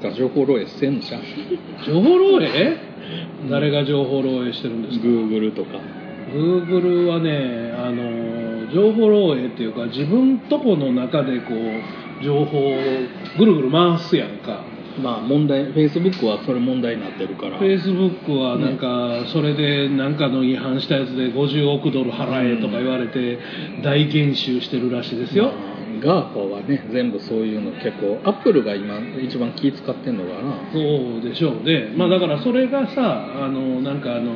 か情報漏洩してんのじゃん情報漏洩うん誰が情報漏洩してるんですか Google とか Google はねあの情報漏洩っていうか自分とこの中でこう情報をぐるぐる回すやんかまあ問題 Facebook はそれ問題になってるからフェイスブックはなんかそれでなんかの違反したやつで50億ドル払えとか言われて大減収してるらしいですよ、ガーファはね全部そういうの結構アップルが今一番気使ってんのかなそうでしょうね、まあ、だからそれがさあのなんかあの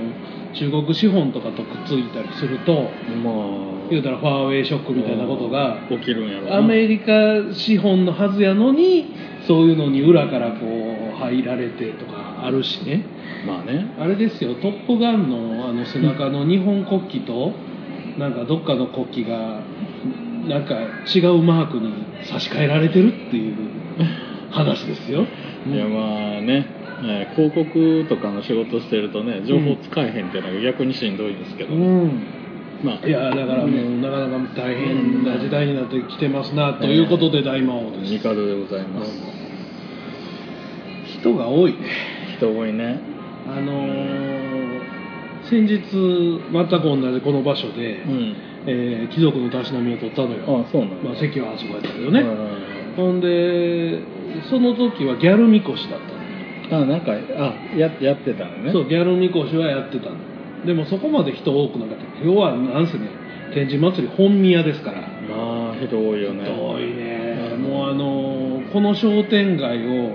中国資本とかとくっついたりするとまあ言うたらファーウェイショックみたいなことが起きるんやろうなアメリカ資本のはずやのにそういうのに裏からこう入られてとかあるしねまあねあれですよ「トップガンの」あの背中の日本国旗となんかどっかの国旗がなんか違うマークに差し替えられてるっていう話ですよ。いやまあね、えー広告とかの仕事してるとね情報使えへんっていうのが逆にしんどいんですけど、うんまあいやだからもうなかなか大変な時代になってきてますなということで大魔王です、ミカドでございます、人が多いね人多いねあのー先日全く同じこの場所で、うんえー貴族のたしなみを取ったのよあそうなんだまあ、席はあそこやったけどうんね、ほんでその時はギャルみこしだったのあなんかあややってたのねそうギャルみこしはやってたのでもそこまで人多くなかった要はなんせね天神祭り本宮ですからまあ人多いよね遠いね、うんもうあのこの商店街を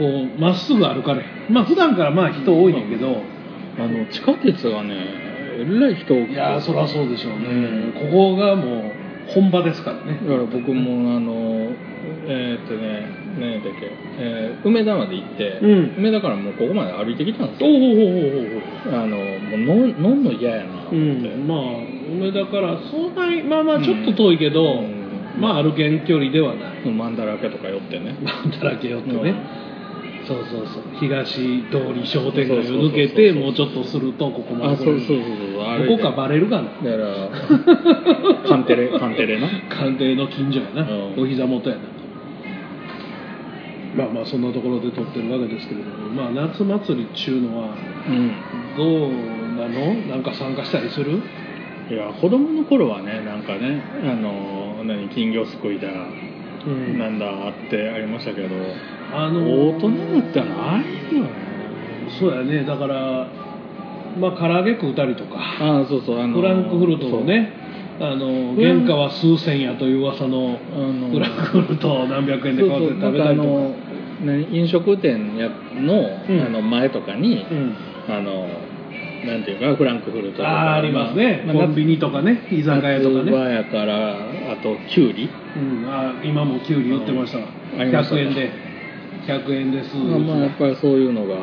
こうまっすぐ歩かれへんまあ普段からまあ人多いねんけど、あの地下鉄がねえらい人多くていやーそりゃそうでしょうね、うんここがもう本場ですからだねから僕もあのえー、っとね何やったっけ、えー梅田まで行って、うん梅田からもうここまで歩いてきたんですおようほうほうほうほうあのもう飲ん飲んの嫌やなと思っうて、ん、まあ梅田からそんなにまあまあちょっと遠いけど、うんまあ歩けん距離ではないマンダラケとか寄ってねだらけよってね、そうそうそう東通り商店そうそうそ街をうそう抜けてもうちょっとするとここまあでそ来うれそうるそうそうあれここかバレるかだなからカンテレカンテレな官邸の近所やな、うんお膝元やなまあまあそんなところで撮ってるわけですけれどもまあ夏祭りっちゅうのはうんどうなのなんか参加したりするいや子供の頃はねなんかねあの何金魚すくいだうんなんだってありましたけど、あ大人になったらあれよねそうやねだからまあ唐揚げ食うたりとかああそうそうあのフランクフルトのねあのフラン原価は数千やという噂のそうあのフランクフルトを何百円でそう買そううてな食んべかたありとかの何飲食店やの,、うんあの前とかに、うんあのなんていうかフランクフルトとかあーありますね、まあコンビニとかね居酒屋とか夏ね場やからあとキュウリうん、あ今もキュウリ売ってましたわ、ありました100円で100円です、まあまあやっぱりそういうのが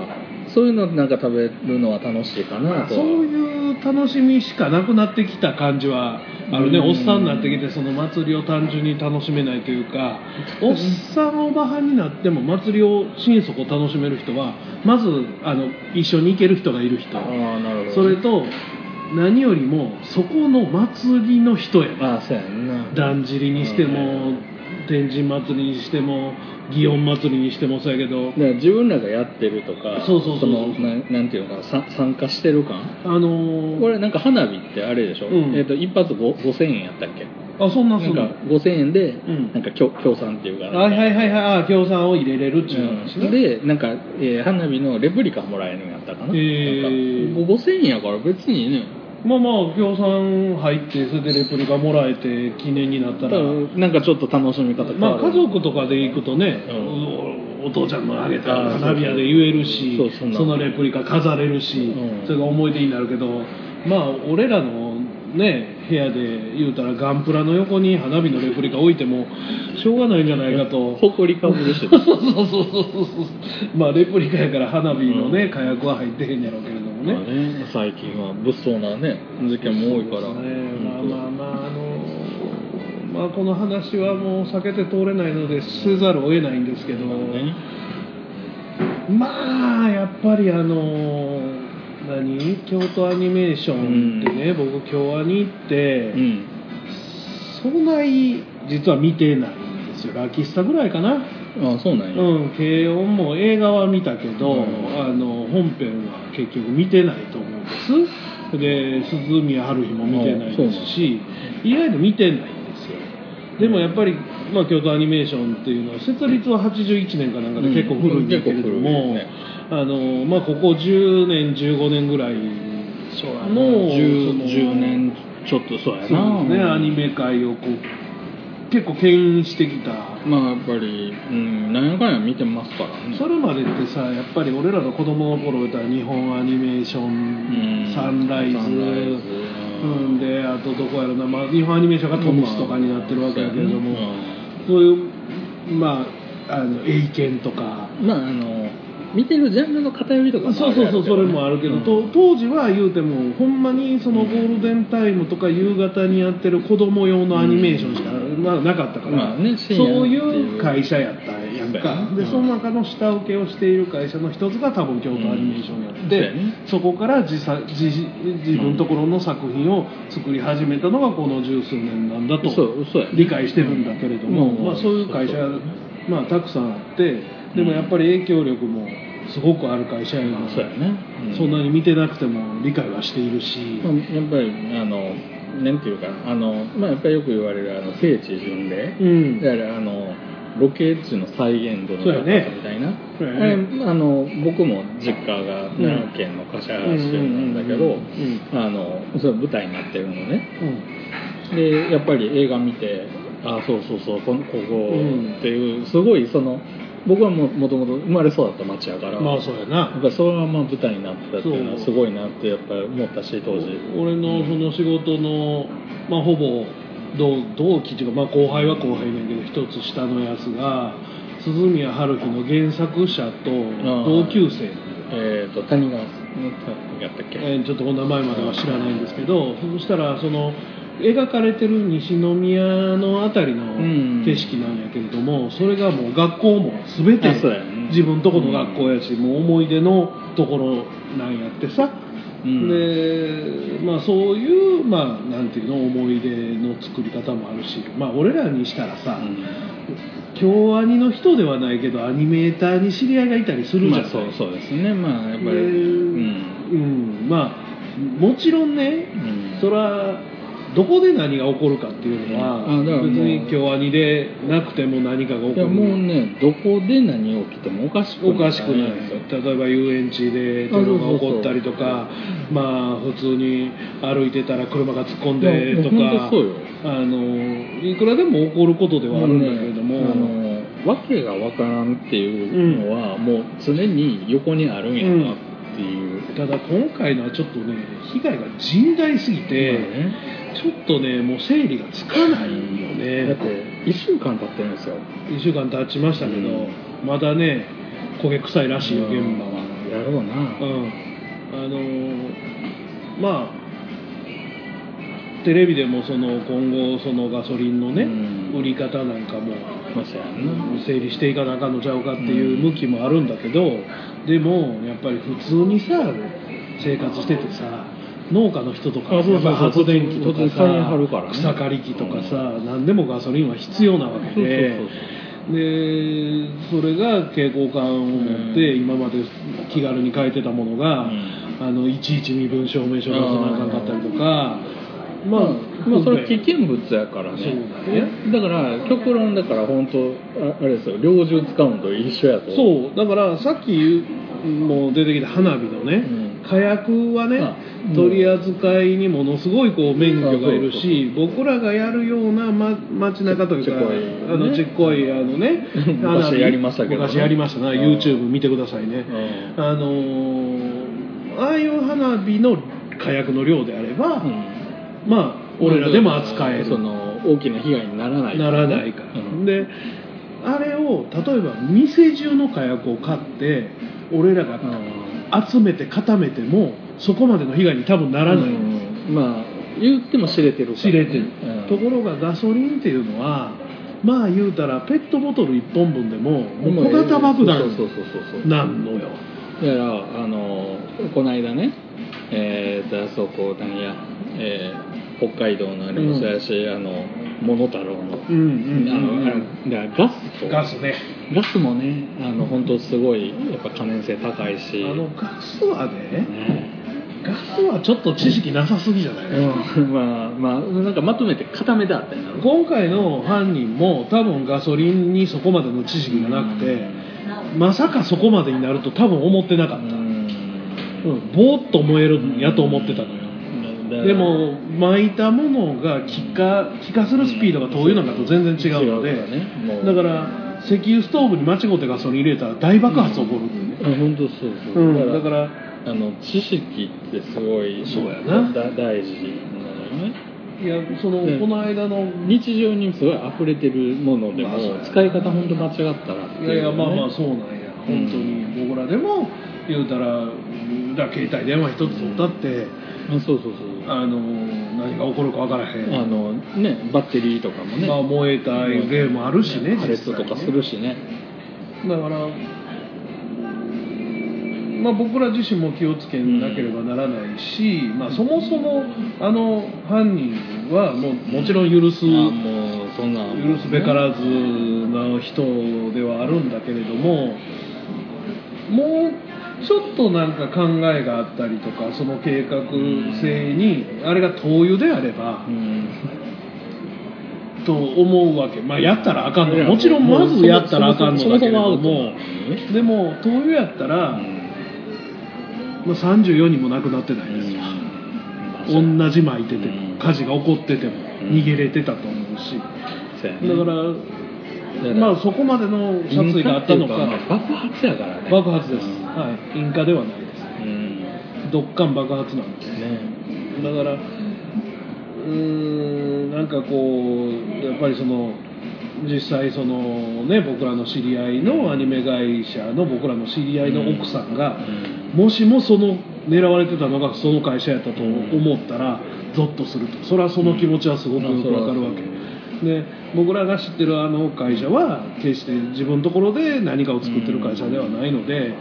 そういうのなんか食べるのは楽しいかなとそういう楽しみしかなくなってきた感じはあるねうんおっさんになってきてその祭りを単純に楽しめないというかおっさんおばはんになっても祭りを心底楽しめる人はまずあの一緒に行ける人がいる人ああなるほどそれと何よりもそこの祭りの人やなああそうやんなだんじりにしてうも天神祭りにしても祇園祭りにしてもそうやけどだから自分らがやってるとかそうそうそうそのななんていうのかなさ参加してる感あのーこれなんか花火ってあれでしょ、うんえー、と一発ご5000円やったっけあそんななんそんなか5000円でうんなんか協協賛っていうかはいはいはいはいあ協賛を入れれるっちゅう話うんね、でなんか、えー花火のレプリカもらえるんやったかな,、へーなんか5000円やから別にねまあまあ協賛入ってそれでレプリカもらえて記念になったたらだなんかちょっと楽しみ方変まわるあ家族とかで行くとね、うおお父ちゃんのあげたあーそうそう花火屋で言えるしそうそんなのレプリカ飾れるし、うんそれが思い出になるけどまあ俺らのね部屋で言うたらガンプラの横に花火のレプリカ置いてもしょうがないんじゃないか と誇りかぶるしてそたうそうそうそうそうそうまあレプリカやから花火のね、うん火薬は入ってへんやろうけれど もね、まあね最近は物騒なね事件も多いからそうですねまあ本当まあまああのまあこの話はもう避けて通れないのでせざるを得ないんですけど、ねまあやっぱりあの何京都アニメーションってね、僕京アニ行って、うんそない実は見てないんですですよラキスタぐらいかなあそうなんや、うん軽音も映画は見たけど、うんあの本編は結局見てないと思うんですで鈴宮春日も見てないですし意外と見てないんですよでもやっぱり、まあ、京都アニメーションっていうのは設立は81年かなんかで結構古いんだけれどうん結構古いも、ですねあのまあ、ここ10年15年ぐらいそうやなの 10, その10年ちょっとそうやなそうですねアニメ界をこう結構牽引してきた、まあやっぱり、うん、何やかんや見てますからねそれまでってさやっぱり俺らの子供の頃言ったら日本アニメーション、うんサンライズサンライズうん、であとどこやろな、まあ、日本アニメーションがトムスとかになってるわけやけれども、そういうまああのエイケンとか。うんまああの見てるジャンルの偏りとかもそうそうそうそれもあるけど、と当時は言うてもほんまにそのゴールデンタイムとか夕方にやってる子供用のアニメーションしか、うまあ、なかったから、まあねそ深夜ういっていうう会社やったやそんうやかねでうんその中の下請けをしている会社の一つが多分京都アニメーションやって、うんそうやねそこから自さ自自分のところの作品を作り始めたのがこの十数年なんだとそうそうやね理解してるんだけれども、うんまあ、そういう会社そうそうまあ、たくさんあってでもやっぱり影響力もすごくある会社やの、まあそうやね、うそんなに見てなくても理解はしているし、まあやっぱりあのなんていうかあのまあやっぱりよく言われるあの聖地巡礼、うんだからあのロケ地の再現度のそうや高ねさみたいな、そうやねあれあの僕も実家がん奈良県の橿原市なんだけうんどうんうんあのそれ舞台になってるのねうんでやっぱり映画見てあそうそうそうこのここうんっていう、すごいその僕はももともと生まれ育った町やから、まあそうやなやっぱりそのまま舞台になってたっていうのはそうすごいなってやっぱり思ったし当時俺のその仕事の、まあ、ほぼ同同期というか、まあ、後輩は後輩なんやけど一つ下のやつが鈴宮春日の原作者と同級生、えっ、と谷川さんやったっけ、えーちょっとお名前までは知らないんですけどそしたらその描かれてる西宮の辺りうんの景色なんやけれども、それがもう学校も全てあそうやね自分とこの学校やし、もう思い出のところなんやってさ、うんでまあそういうまあなんていうの思い出の作り方もあるしまあ俺らにしたらさ、京アニの人ではないけどアニメーターに知り合いがいたりするじゃない、まあ、そうそうですねまあやっぱり、でうんうんまあもちろんね、うんそれはどこで何が起こるかっていうのは、うんあだからもう別に京アニでなくても何かが起いこやるもうねどこで何起きてもおかしくおかしくないですよ例えば遊園地でテロが起こったりとあかまあ普通に歩いてたら車が突っ込んいやでともう本か当そうよあのいくらでも起こることではあるんだけれども。うねあの訳がわからんっていうのは、もう常に横にあるんやなっていう、ただ今回のはちょっとね被害が甚大すぎて、まあねちょっとねもう整理がつかないよねだって1週間経ってるんですよ1週間経ちましたけど、うんまだね焦げ臭いらしいよ現場はやろうな、うんあのーまあテレビでもその今後そのガソリンのね、うん売り方なんかもまあそうやんな整理していかなあかんのちゃうかっていううん向きもあるんだけど、でもやっぱり普通にさ生活しててさ農家の人とかあそうそうそうやっぱ発電機とか突然張るかさらね草刈り機とかさ、何でもガソリンは必要なわけでそうそうでそれが蛍光管を持って、うん今まで気軽に買えてたものが、うんあのいちいち身分証明書出さなあかんかったりとかまあ、まあそれは危険物やからねそうだねだから極論だから本当ああれですよ猟銃使うのと一緒やとうそうだからさっき言うもう出てきた花火のね、うん火薬はねあうん取り扱いにものすごいこう免許がいるしあそうそうそう僕らがやるような、ま、街中というかちっこいねあのちっこいあのね 昔花火やりましたけどね昔やりましたなうん YouTube 見てくださいね、んあのーああいう花火の火薬の量であれば、うんまあ俺らでも扱えるその大きな被害にならないならないから、うんであれを例えば店中の火薬を買って俺らがうん集めて固めてもそこまでの被害に多分ならない、うんまあ言っても知れてるから知れてる、うんところがガソリンっていうのはまあ言うたらペットボトル1本分でももう小型爆弾そうそうそうそうそうなんのよだからあのこの間ねえー、とあそこ何やえー北海道のあれもそうやし、あの桃太郎の、うんうんあうんのあれだからガスとガスねガスもねあの本当すごいやっぱ可燃性高いあしのガスはねねガスはちょっと知識なさすぎじゃない、うんまあまあなんかまとめて固めであったんやろ今回の犯人も多分ガソリンにそこまでの知識がなくて、まさかそこまでになると多分思ってなかうった、うんんぼーっと燃えるんやと思ってたのよ、だからでも巻いたものが気化気化するスピードが灯油なんかと全然違うので、違うからねもうだから石油ストーブに間違ってガソリン入れたら大爆発起こるんでね、うん本当そうそう、うんだからあの知識ってすごいそうやなだ大事なのよねいやその、うんこの間の日常にすごい溢れてるものでも、まあそうやな使い方本当間違ったらっていう、ね、いやいやまあまあそうなんや本当に僕らでも言うたらうんだから携帯電話一つ取ったって、あそうそうそうああの何が起こるか分からへん、のねバッテリーとかもね、まあ、燃えた例もあるしね破裂とかするしねだから、まあ、僕ら自身も気をつけなければならないし、まあ、そもそもあの犯人はもうもちろん許すあもうそんな許すべからずな人ではあるんだけれどももうちょっとなんか考えがあったりとかその計画性にあれが灯油であればうんと思うわけ、まあ、やったらあかんのもちろんまずやったらあかんのだけれどもでも灯油やったら、まあ、34人も亡くなってないですよ、同じ巻いててうんも火事が起こっててもうん逃げれてたと思うし、だからら、まあ、そこまでの殺意があったのか爆発やからね爆発です、うんはい、引火ではないですうんねドッカン爆発なんでだからうーんなんかこうやっぱりその実際そのね僕らの知り合いのアニメ会社の僕らの知り合いの奥さんが、うんもしもその狙われてたのがその会社やったと思ったらゾッとするとそれはその気持ちはすごくよくわかるわけ、で僕らが知ってるあの会社は決して自分のところで何かを作ってる会社ではないので、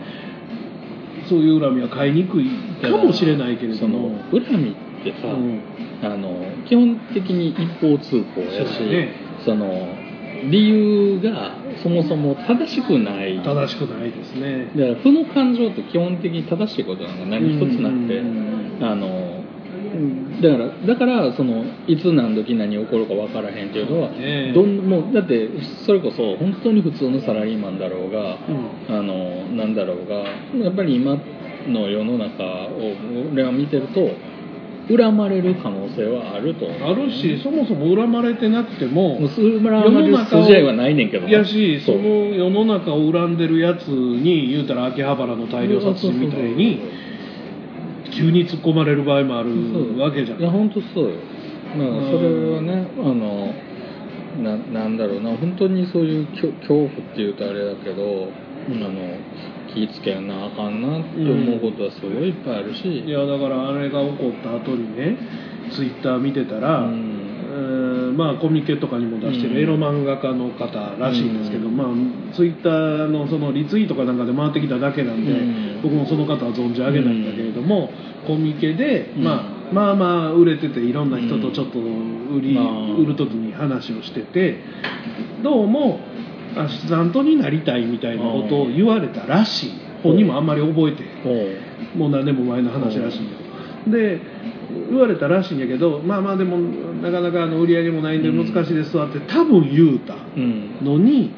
そういう恨みは買いにくいかもしれないけれども、その恨みってさ、うんあの基本的に一方通行やしそうだねその理由がそもそも正しくないだか正しくないですねら負の感情って基本的に正しいことなんか何一つなくて、うんあのうんだからだからそのいつ何時何起こるか分からへんっていうのはそうだねどんもうだってそれこそ本当に普通のサラリーマンだろうが、うんあのなんだろうがやっぱり今の世の中を俺は見てると恨まれる可能性はあるとあるしそもそも恨まれてなくてももう恨まれる筋合いはないねんけどいやしそそうの世の中を恨んでるやつに言うたら秋葉原の大量殺人みたいに急に突っ込まれる場合もあるわけじゃんいや本当そうよだからそれはねうあのななんだろうな本当にそういう恐恐怖っていうとあれだけど、あの気ぃつけなあかんなって思うことはすごいいっぱいあるし、いやだからあれが起こった後にねツイッター見てたら、ううんーんまあ、コミケとかにも出してうんるエロ漫画家の方らしいんですけど、うんまあ、ツイッターのそのリツイートかなんかで回ってきただけなんで、うん僕もその方は存じ上げないんだけれども、コミケで、うんまあ、まあまあ売れてていろんな人とちょっと売り、うん売る時に話をしててどうもアシスタントになりたいみたいなことを言われたらしい本人もあんまり覚えてへおんうもう何年も前の話らしいんだよで言われたらしいんやけどまあまあでもなかなかあの売り上げもないんでうん難しいですわって多分言うたうんのに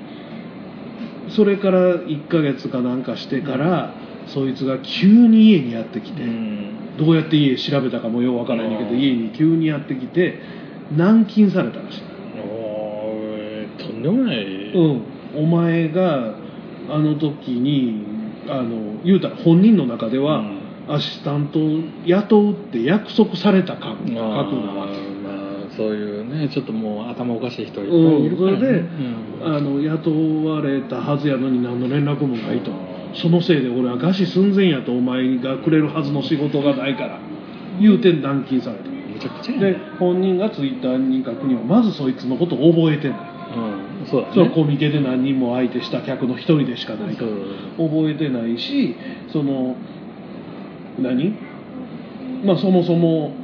それから1ヶ月かなんかしてからそいつが急に家にやってきてうんどうやって家調べたかもようわからないんだけどうん家に急にやってきて軟禁されたらしいおーとんでもない、うん、お前があの時にあの言うたら本人の中では、うんアシスタントを雇うって約束された感覚まなあわけ、まあそういうねちょっともう頭おかしい人いっぱいいうるかん、そら、れねで、うんあの雇われたはずやのに何の連絡もないとうんそのせいで俺は餓死寸前やとお前がくれるはずの仕事がないから言うて軟禁されたむちゃくちゃやねで本人がツイッターに書くにはまずそいつのことを覚えてないうんそうだねそのコミケで何人も相手した客の一人でしかないから覚えてないしその何まあそもそも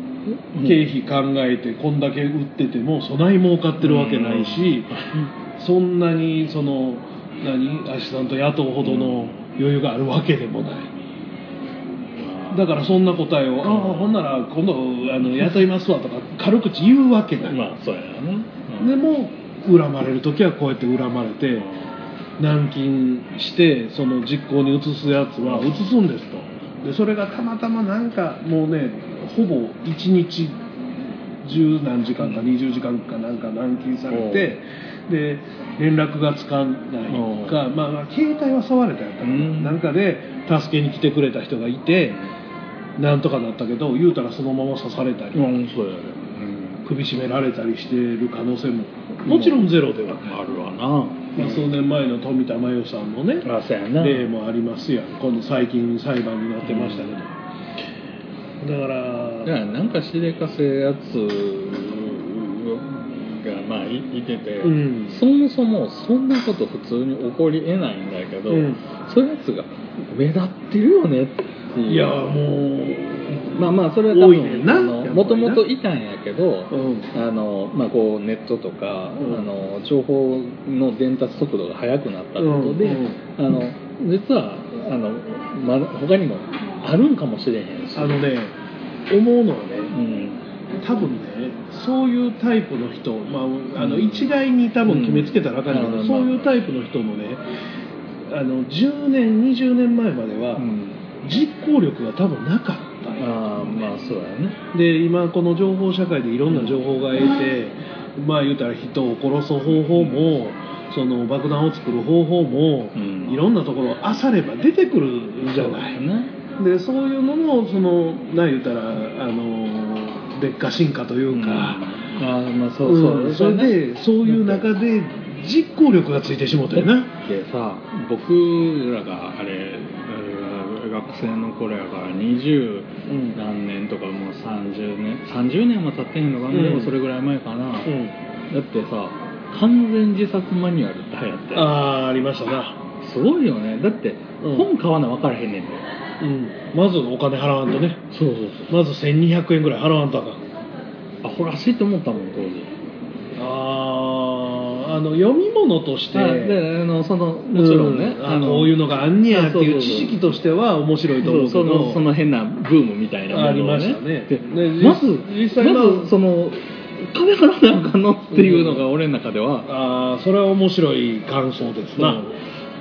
経費考えてこんだけ売っててもそない儲かってるわけないし、そんなにその何アシスタント雇うほどの余裕があるわけでもない、だからそんな答えを「ああほんなら今度あの雇いますわ」とか軽口言うわけない、まあそうやな、でも恨まれる時はこうやって恨まれて軟禁してその実行に移すやつは移すんですとでそれがたまたまなんかもうねほぼ1日十何時間か20時間かなんか軟禁されてで連絡がつかないかまあまあ携帯は触れたやったかうなんなんかで助けに来てくれた人がいてなんとかなったけど言うたらそのまま刺されたりうんそうやね、首絞められたりしてる可能性ももちろんゼロではない、あるわな、まあ、数年前の富田真由さんのねあそうやな例もありますやん今度最近裁判になってましたけど、だからだからなんかしでかせやつがまあいいてて、うんそもそもそんなこと普通に起こりえないんだけど、うんそういうやつが目立ってるよねっていういいやもまあまあそれは多多いねん分なあやっぱのりなもともといたんやけど、う、うん、あのまあ、こうネットとか、うんあの情報の伝達速度が速くなったことで、うんうんあの実はあの、ま、他にもあるんかもしれへんしあのね思うのはねうん、多分ねそういうタイプの人、まあ、あのうん一概に多分決めつけたらあかんけど、うんそういうタイプの人もねあの10年20年前まではうん実行力が多分なかったんやああまあそうやねで今この情報社会でいろんな情報が得て、まあ言うたら人を殺す方法もその爆弾を作る方法も、うんいろんなところを漁れば出てくるじゃない、でそういうのもそのな言うたらあの劣化進化といそううかか、ああまあそうそう、うんそれでそういう中で実行力がついてしもたよなでさ僕らがあれえー学生の頃やから20うん何年とかもう30年30年は経ってへんのかな、うんでもそれぐらい前かな、うんだってさ完全自殺マニュアルって流行ってああーありましたな、すごいよねだって、うん本買わな分からへんねんでうん、まずお金払わんとねそうそうまず1200円ぐらい払わんとあかんそうアホらしいと思ったもん当時あーあの読み物としてあであのそのもちろんね、うああのこういうのがあんねやってそうそういそうう知識としては面白いと思うけそどのその変なブームみたいなものをありましたねでねまず実際ままあずその金払わなあかんのっていうのが俺の中では、あーそれは面白い感想ですうな、ん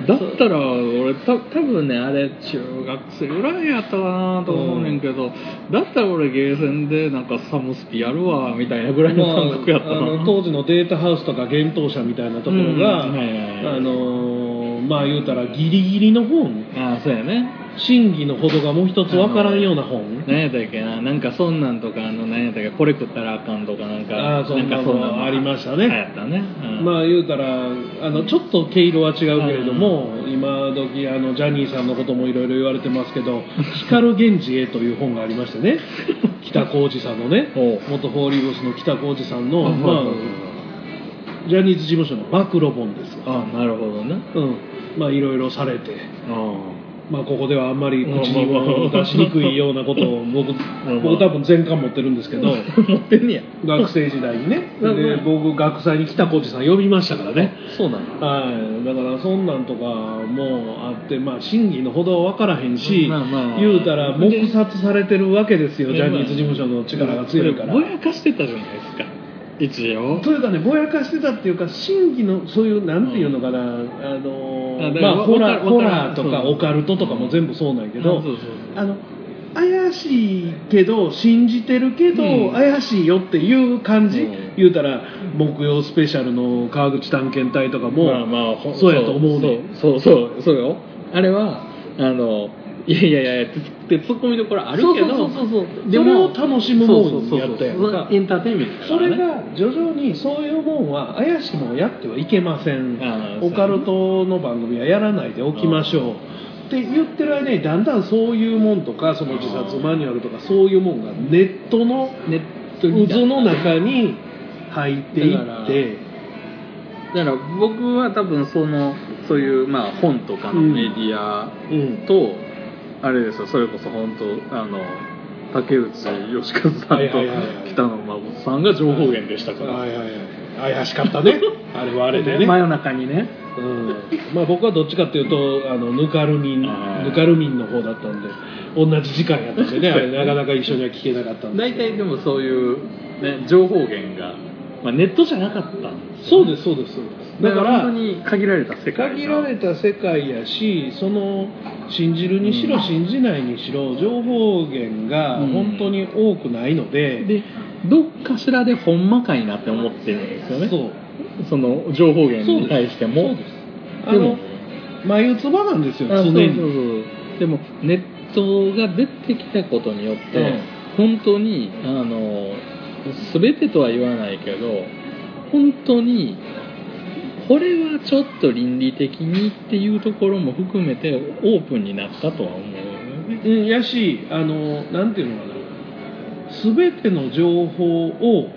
だったら俺た多分ねあれ中学生ぐらいやったかなと思うねんけど、だったら俺ゲーセンでなんかサムスピやるわみたいなぐらいの感覚やったな、まああの当時のデータハウスとか幻冬舎みたいなところが、うんはいはいはいあのーまあ言うたらギリギリの本ああそうやね真偽のほどがもう一つわからんような本何やったっけななんかそんなんとかあの何やったっけこれ食ったらあかんとかなんかあーそんなのかありましたね流行ったね、うんまあ言うたらあのちょっと毛色は違うけれども、今時あのジャニーさんのこともいろいろ言われてますけど「光源氏へ」という本がありまして ね北浩二さんのねおう元フォーリーブスの北浩二さんあの、はいまはいはいあ、ジャニーズ事務所の暴露本ですがあなるほどねうんまあいろいろされて。あまあ、ここではあんまり口にも出しにくいようなこ とを僕あ僕多分全巻持ってるんですけどあ 持ってんねや学生時代にねまあまあで僕学祭に北浩二さん呼びましたからねそうなんやはい、だからそんなんとかもあって、まあ、真偽のほどは分からへんし、まあまあ言うたら黙殺されてるわけですよでジャニーズ事務所の力が強いからぼ。やかしてたじゃないですか一応というかねぼやかしてたっていうか真偽のそういうなんていうのかな、あのあーだかまらあ、わホわラかーるホラーとかそうオカルトとかも全部そうなんやけど、あそうそうあの怪しいけど信じてるけど、うん怪しいよっていう感じ、うん言うたら木曜スペシャルの川口探検隊とかも、まあまあほそうやと思うねそうそうそうそうよあれはあのいやいやいやってってツッコミどころあるけどそうそうそうそうでもそれを楽しむもんやったやんかそうそうそうエンターテインメントだかそらねれが徐々にそういうもんは怪しいもんをやってはいけませんあーオカルトの番組はやらないでおきましょうって言ってる間にだんだんそういうもんとかその自殺マニュアルとかそういうもんがネットのネットに渦の中に入っていってだから僕は多分そのそういうまあ本とかのメディアうんと、あれですよそれこそ本当あの竹内義和さんはいとはいはいはい北野誠さんが情報源でしたから、はいはいはい怪しかったねあれはあれでね、真夜中にねうんまあ、僕はどっちかっていうとあのぬかるみんあーぬかるみんの方だったんで同じ時間やったんで ねあれなかなか一緒には聞けなかったんで大体でもそういう、ね、情報源が、まあ、ネットじゃなかったんですそうすですそうですそうですだだかからら本当に限られた世界限られた世界やしその信じるにしうろん信じないにしろ情報源がうん本当に多くないので,、でどっかしらでほんまかいなって思ってるんですよねそうその情報源に対してそもうですあの眉唾なんですよあ常そうそうそにうでもネットが出てきたことによって、うん本当にあの全てとは言わないけど本当にこれはちょっと倫理的にっていうところも含めてオープンになったとは思うよねうんやしあのなんていうのかな全ての情報を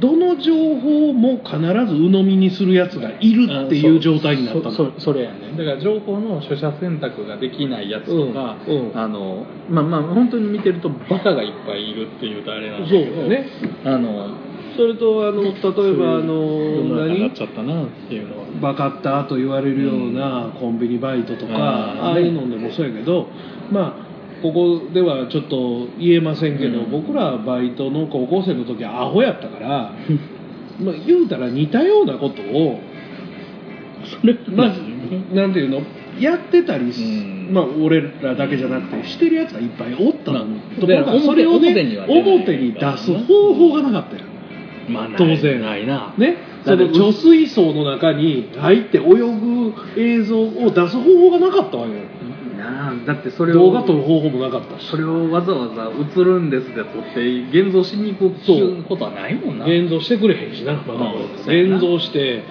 どの情報も必ず鵜呑みにするやつがいるっていう状態になったあのそうそそれやねだから情報の取捨選択ができないやつうんとか、うんあのまあまあ本当に見てるとバカがいっぱいいるっていうとあれなんだそうけどねあのそれとあの例えばあのになっ何ちゃったなっていうのはバカッターと言われるようなコンビニバイトとか、あーああいうのでもそうやけどまあここではちょっと言えませんけど、うん僕らバイトの高校生の時はアホやったから、 まあ、言うたら似たようなことをそれまずなんていうのやってたりす、うんまあ、俺らだけじゃなくてしてるやつがいっぱいおったのに、まあところだからがそれを、表ねには、出ない表に出す方法がなかったやんまあない当然ないなね、だそっての貯水槽の中に入って泳ぐ映像を出す方法がなかったわよなあだってそれを動画撮る方法もなかったしそれをわざわざ映るんですで撮って現像しに行くっていうことはないもんな現像してくれへんしな、まだまあそうやな現像して、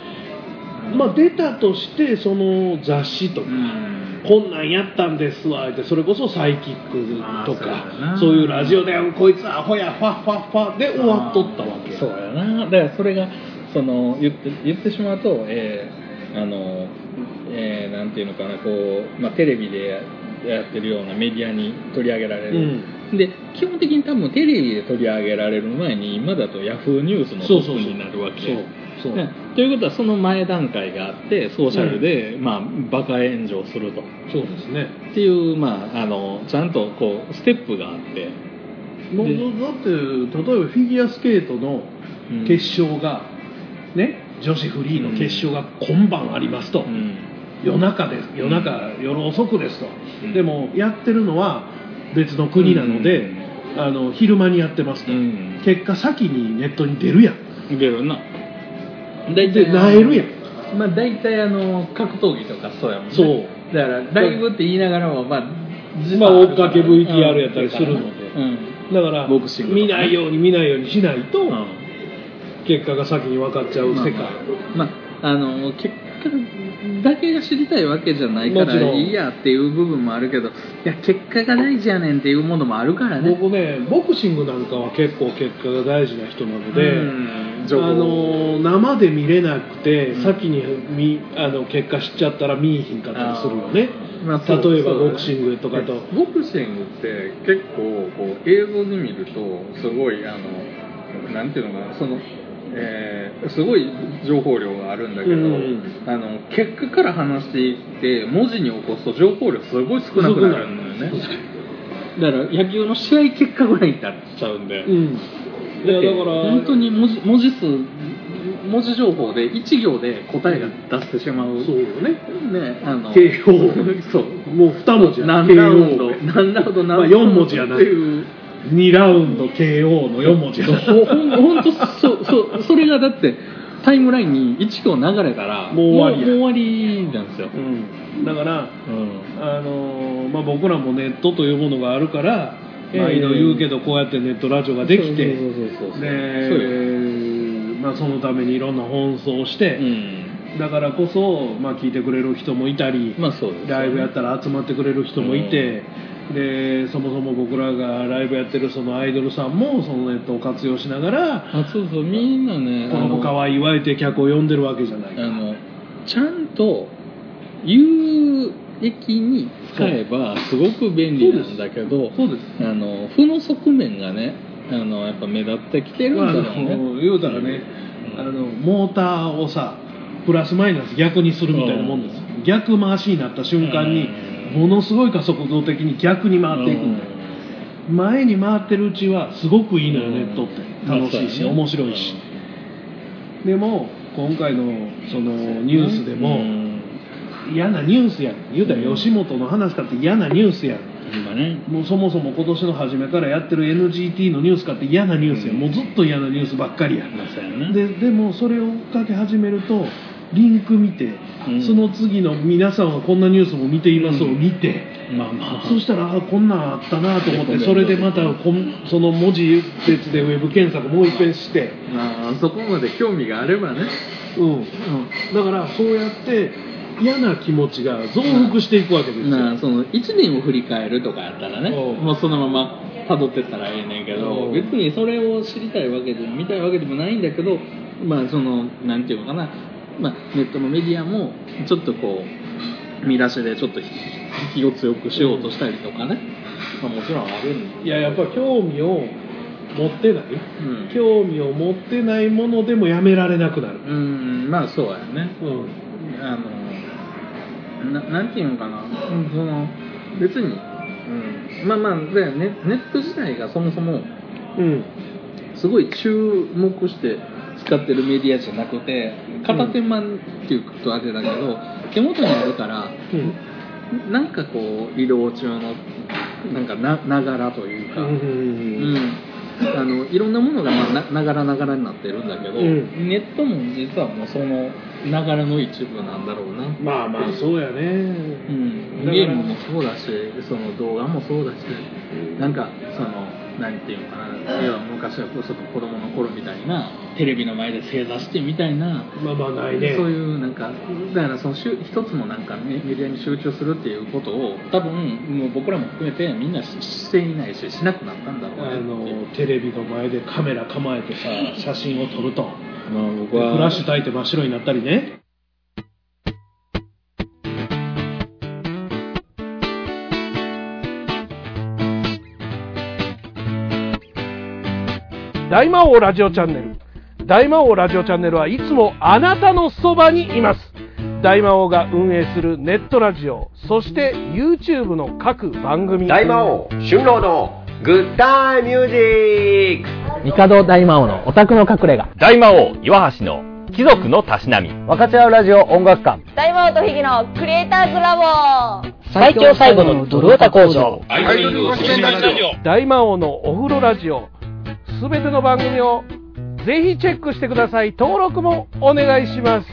まあ、出たとしてその雑誌とか、うんこんなんやったんですわってそれこそサイキックとあーそうやなかそういうラジオでこいつアホやファッファッファッで終わっとったわけそうやなだからそれがその言って言ってしまうと、えーあのえーなんていうのかなこう、まあ、テレビでやってるようなメディアに取り上げられる、で基本的に多分テレビで取り上げられる前に今だとヤフーニュースのそトうそッうプそうになるわけそうそう、ねということはその前段階があってソーシャルで、まあ、バカ炎上するとっそうですねていう、まあ、あのちゃんとこうステップがあって、もうでだって例えばフィギュアスケートのうん決勝が、ね女子フリーの決勝が今晩ありますと、うん夜中です夜中、夜遅くですと、うんでもやってるのは別の国なので、あの昼間にやってますと、うん結果先にネットに出るやん出るなでなえるやんまあ大体あの格闘技とかそうやもんねそうだからライブって言いながらもまあまあ追っかけ VTR やったりするのでうんだからボクシングとかね見ないように見ないようにしないと、うん結果が先に分かっちゃう世界、まあ、まああの結果だけが知りたいわけじゃないかもちらろんいいやっていう部分もあるけどいや結果が大事やねんっていうものもあるからね僕ねボクシングなんかは結構結果が大事な人なので、うんあの生で見れなくて、うん先に見あの結果知っちゃったら見えへんかったりするよね、まあそう例えばそうボクシングとかとボクシングって結構こう映像で見るとすごいあのなんていうのかなその、えーすごい情報量があるんだけど、うんうんあの結果から話していって文字に起こすと情報量すごい少なくなるんだよねだから野球の試合結果ぐらいになっちゃうんで、うんいやだから本当に文字文字数文字情報で1行で答えが出してしまう、そうよねねあの慶応そうもう2文字や何慶ラウンド応何ラウンド何まあ四文字やなっていう2ラウンド KO の4文字やほほんほんとそうそうそれがだってタイムラインに1行流れたらもう終わりやもうもう終わりなんですよ、うんだからうんあのーまあ、僕らもネットというものがあるからええ毎度言うけどこうやってネットラジオができてそうそうそうそうでそうよまあ、そのためにいろんな奔走して、うんだからこそ、まあ、聞いてくれる人もいたり、まあそうですよねライブやったら集まってくれる人もいて、でそもそも僕らがライブやってるそのアイドルさんもそのネットを活用しながらあそうそうみんな「こねあの子かわいいわ」って客を呼んでるわけじゃないあのちゃんと言う益に使えばすごく便利なんだけどそうですあの負の側面がねあのやっぱ目立ってきてるんまあだあろうね、の言うたらね、うんあのモーターをさプラスマイナス逆にするみたいなもんです、逆回しになった瞬間に、うんものすごい加速度的に逆に回っていくんだよ、前に回ってるうちはすごくいいのよ、うんネットって楽しいし、まあそうやね面白いし、でも今回のそのニュースでも、うん嫌なニュースやん言うたらうん吉本の話だって嫌なニュースやん今ねもうそもそも今年の初めからやってる NGT のニュースかって嫌なニュースや、うんもうずっと嫌なニュースばっかりや、まさやなででもそれを追っかけ始めるとリンク見て、うんその次の皆さんはこんなニュースも見ていますを見て、まあまあ そしたらあこんなんあったなと思ってそれでまたこんその文字列でウェブ検索もう一遍して、まあそこまで興味があればねうん、だからそうやって嫌な気持ちが増幅していくわけですよ、まあその1年を振り返るとかやったらねおうもうそのまま辿ってったらええねんけおどう別にそれを知りたいわけでも見たいわけでもないんだけどまあそのなんていうのかな、まあ、ネットのメディアもちょっとこう見出しでちょっと引きを強くしようとしたりとかね、まあ、もちろんあるんだいややっぱ興味を持ってないうん興味を持ってないものでもやめられなくなる、うんまあそうやねうんあのななんていうのかな、うんその別に、うん、まあまあだよねネット自体がそもそもうん、すごい注目して使ってるメディアじゃなくて片手間っていうことあれだけど、手元にあるからうんなんかこう移動中のなんかなながらというか、うんあのいろんなものが、まあ、なながらながらになってるんだけど、うんネットも実はもうそのながらの一部なんだろうな。まあまあそうやね、うんだからゲームもそうだしその動画もそうだしなんかそのなんていうのかな要は昔はこうその子供の頃みたいなテレビの前で正座してみたいな、まあまあなそういねいうなんかだからその集一つのなんかメメディアに集中するっていうことを多分もう僕らも含めてみんなししていないししなくなったんだろうあねっていうのテレビの前でカメラ構えてさ写真を撮るとまあフ僕ラッシュ焚いて真っ白になったりね大魔王ラジオチャンネル大魔王ラジオチャンネルはいつもあなたのそばにいます大魔王が運営するネットラジオそして YouTube の各番組大魔王春郎のグッタイミュージック帝大魔王のオタクの隠れ家大魔王岩橋の貴族のたしなみ若ちゃうラジオ音楽館大魔王とひげのクリエイターズラボ最強最後のドルオタ工場アイドル大魔王のお風呂ラジオすべての番組をぜひチェックしてください登録もお願いします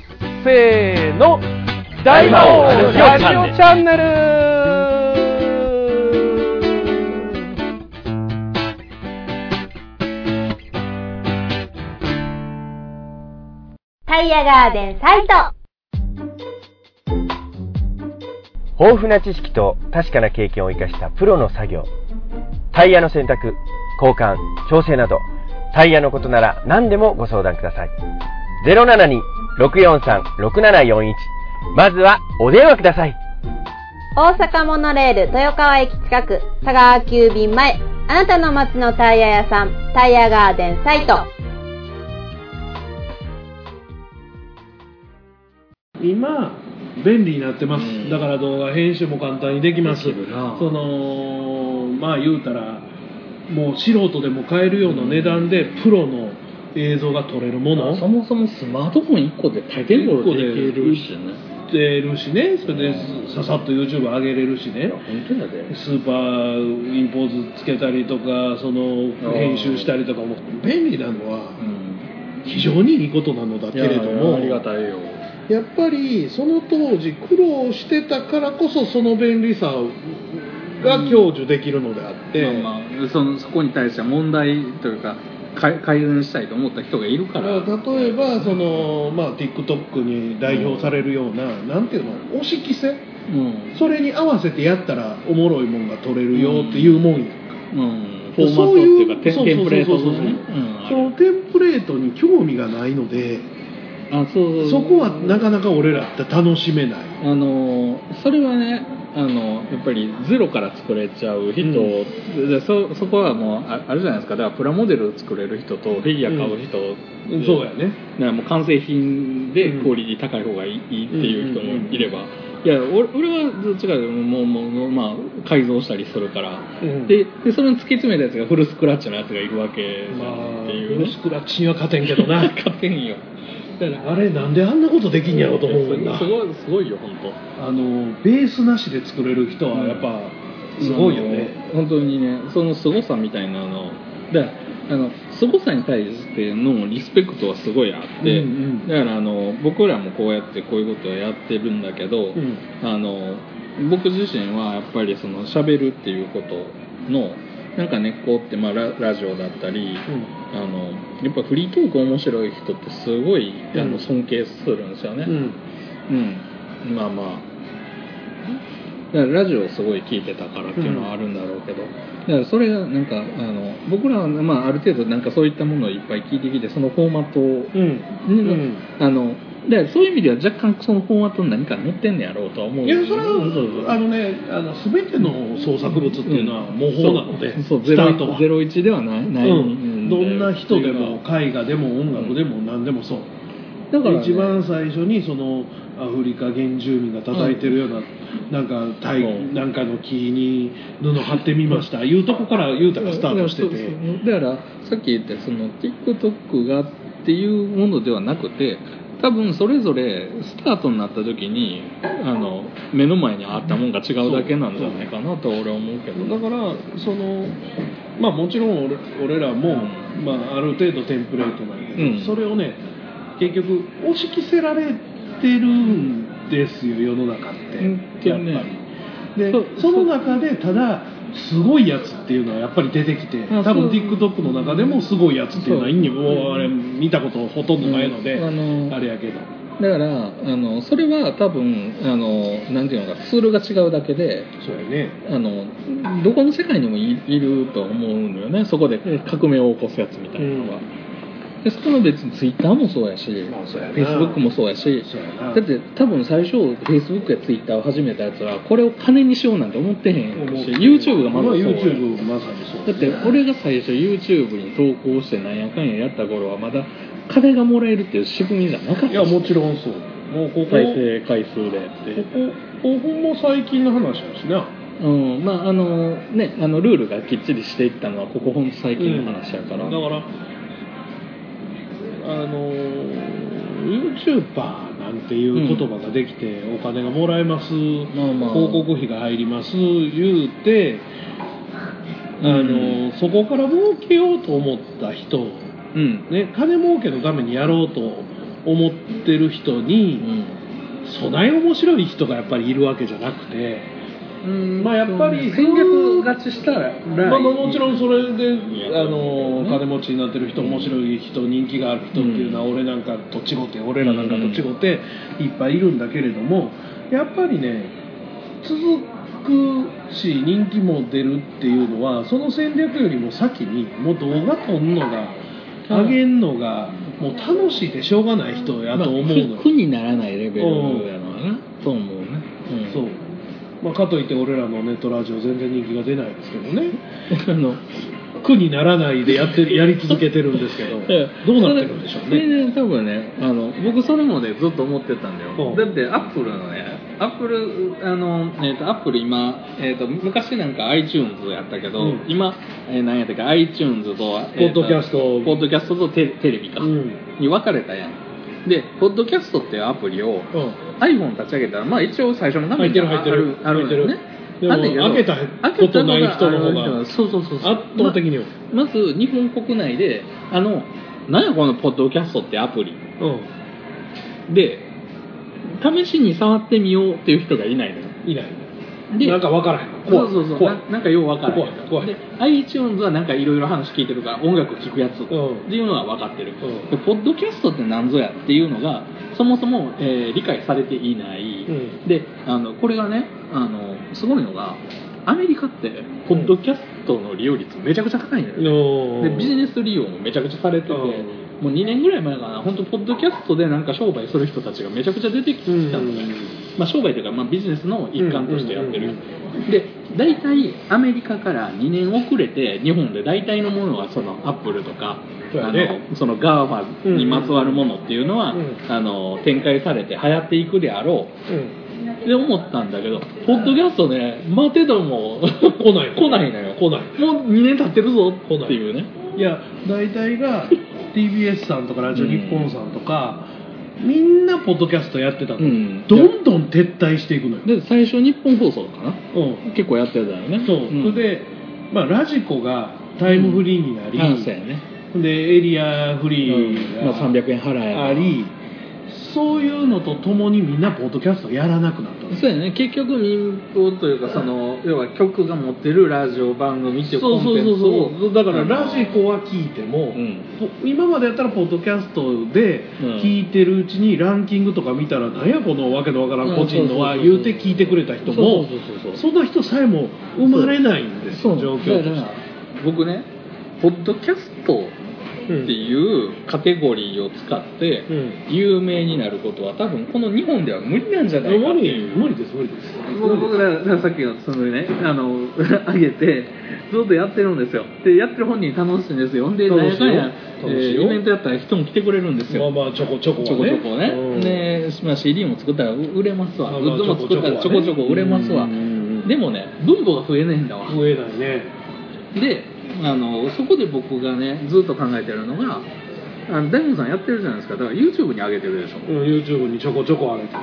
せーの大魔王ラジオチャンネルタイヤガーデンサイト豊富な知識と確かな経験を生かしたプロの作業タイヤの選択交換調整などタイヤのことなら何でもご相談ください072-643-6741まずはお電話ください大阪モノレール豊川駅近く佐川急便前あなたの街のタイヤ屋さんタイヤガーデンサイト今便利になってます、うんだから動画編集も簡単にできますできるなそのまあ言うたらもう素人でも買えるような値段でプロの映像が撮れるものそもそもスマートフォン1個で大抵のことできるしねってるしねそれでささっと YouTube 上げれるしね本当だでスーパーインポーズつけたりとかそのあー編集したりとかも便利なのうはん非常にいいことなのだけれどもありがたいよやっぱりその当時苦労してたからこそその便利さが享受できるのであって、まあまあ、そのそこに対して問題というかか改善したいと思った人がいるから、だから例えばその、まあ、TikTok に代表されるような、なんていうの押し着せうんそれに合わせてやったらおもろいもんが取れるよっていうもんやんか、うん、フそォうーマットっていうかそうテンテンプレートそうそうそのうねそうそのテンプレートに興味がないのでうあそうそこはなかなか俺らって楽しめないあのそれはねあのやっぱりゼロから作れちゃう人、でそそこはもうああるじゃないですかだからプラモデル作れる人とフィギュア買う人、でそうやねだからもう完成品でクオリティ高い方がいい,、っていう人もいれば、いや俺俺はどっちかでもうもうもう、まあ、改造したりするから、うんででそれに突き詰めたやつがフルスクラッチのやつがいるわけじゃまんあっていう、スクラッチには勝てんけ どな勝手によだからあれなんであんなことできんやろうと思うもんなすごいすごいよ本当あのベースなしで作れる人はやっぱすごいよね、本当にねその凄さみたいなのをだあの凄さに対してのリスペクトはすごいあって、うんうんだからあの僕らもこうやってこういうことをやってるんだけど、うんあの僕自身はやっぱりその喋るっていうことのなんか根っこって、まあ、ララジオだったり、あのやっぱフリートーク面白い人ってすごい、あうのん尊敬するんですよね、うんうん、まあまあだからラジオをすごい聞いてたからっていうのはあるんだろうけど、だからそれがなんかあの僕らは、まあ、ある程度なんかそういったものをいっぱい聞いてきてそのフォーマットを、うんうんあのでそういう意味では若干そのフォーマットに何か乗ってんねやろうとは思ういんやですそよれはあのねあの全ての創作物っていうのは模倣なので、そうそうスタートはゼロ一ではないない、うん、どんな人でうもん絵画でも音楽でも何でもそう、だからね、一番最初にそのアフリカ原住民が叩いてるような、なんかタイうんなんかの木に布貼ってみました、いうとこから雄太がスタートしてて、だからさっき言ったその TikTok がっていうものではなくて多分それぞれスタートになった時にあの目の前にあったもんが違うだけなんじゃないかなと俺は思うけどだからそのまあもちろん俺俺らも、まあ、ある程度テンプレートなんだけど、うんそれをね結局押し着せられてるんですよ世の中って、うんやっぱりでそうその中でただすごいやつっていうのはやっぱり出てきてあ多分そう TikTok の中でもすごいやつっていうのはそうにもうあれ見たことほとんどないので、うんあのあれやけだどからあのそれは多分あのなんていうのかツールが違うだけでそうやねあのどこの世界にもいいると思うのよねそこで革命を起こすやつみたいなのは、でそこの別に Twitter もそうやし、まあそうやな Facebook もそうやしそうやなだって多分最初 Facebook や Twitter を始めたやつはこれを金にしようなんて思ってへんし YouTube がまだそうや YouTube がまさにそうだって俺が最初 YouTube に投稿してなんやかんややった頃はまだ金がもらえるっていう仕組みじゃなかったいやろもちろんそうもうここ再生回数でってここここも最近の話やしなうんまああのねあのルールがきっちりしていったのはここほんと最近の話やから、だからあのー YouTuber なんていう言葉ができて、お金がもらえます、まあまあ広告費が入ります言うて、あのーそこから儲けようと思った人、うん、ね、金儲けのためにやろうと思ってる人うに、んそない面白い人がやっぱりいるわけじゃなくて。まあやっぱり戦略勝ちしたらまあ、まあもちろんそれでやあの金持ちになってる人面白い人人気がある人っていうのは俺なんかと違って俺らなんかと違っていっぱいいるんだけれどもやっぱりね続くし人気も出るっていうのはその戦略よりも先にもう動画撮んのが上げんのがもう楽しいでしょうがない人やと思うのよ苦にならないレベルやのかなと思うね、んそうまあかといって俺らのネットラジオ全然人気が出ないですけどね あの苦にならないでやってるやり続けてるんですけ どどうなってるんでしょうそれねね多分ねあの僕それもねずっと思ってたんだうよんだってアップルのねアップルあの、えー、とアップル今、えー、と昔なんか iTunes やったけど、うん今、えー、何やったっけ iTunes と,、えーとポッドキャストポッドキャストとテレテレビか、うんに分かれたやんでポッドキャストっていうアプリを iPhone 立ち上げたらまあ一応最初の画入っ面てるがあ入ってるあるあるよねでもあんねんけど開けたことない人の方があるそうそうそうそう圧倒的にはままず日本国内であのなんやこのポッドキャストってアプリうで試しに触ってみようっていう人がいないのよんいないでなんかわからへんそ怖ういそうそう怖いななんかようわからへん怖い怖いで iTunes はなんかいろいろ話聞いてるから音楽聴くやつってうんいうのは分かってる、うんでポッドキャストって何ぞやっていうのがそもそも、えー理解されていない、うんであのこれがねあのすごいのがアメリカってポッドキャストの利用率めちゃくちゃ高いのよ、のでビジネス利用もめちゃくちゃされてて、うんもう2年ぐらい前かな本当ポッドキャストでなんか商売する人たちがめちゃくちゃ出てきたのね、まあ、商売というか、まあ、ビジネスの一環としてやってる、で大体アメリカから2年遅れて日本で大体のものはそのアップルとかそうやあねのそのガーファにまつわるものっていうのは、うんうんあの展開されて流行っていくであろううんって思ったんだけどポッドキャストね待てども来ないの来ないのよ来ないもう2年経ってるぞっていうねいや大体が TBS さんとかラジオ日本さんとか、みんなポッドキャストやってたの、うんどんどん撤退していくのよ、で最初日本放送かなうん結構やってたよねそう、それで、まあ、ラジコがタイムフリーになり、うん、そうやね、でエリアフうリーんまあ、が300円払えばあり、そういうのとともにみんなポッドキャストやらなくなったのそうやね結局民放というかその要は局が持ってるラジオ番組っていうコンテンツをそうだからラジコは聞いても、うんポ今までやったらポッドキャストでうん聞いてるうちにランキングとか見たら何やこのわけのわからん個人のは言うて聞いてくれた人もそうそうそうそうそんな人さえも生まれないんですよ状況だとかしてら僕ねポッドキャストっていうカテゴリーを使ってうん有名になることは多分この日本では無理なんじゃないかって無い理う無理です無理です僕僕だからさっきのそのねあの上げてずっとやってるんですよでやってる本人楽しいんですよで楽しいよなんやかんやえ楽しいよーイベントやったら人も来てくれるんですまあよまあちょこちょこはちねょこちょこね、うんねまあ、CD も作ったら売れますわ、まあグまあッズも作ったらちちょょここちちょょこはねこ売れますわ、うんうんうんでもね分母が増えねえんだわ増えないねであのそこで僕がねずっと考えてるのがあの大門さんやってるじゃないですかだから YouTube に上げてるでしょうん YouTube にちょこちょこ上げてる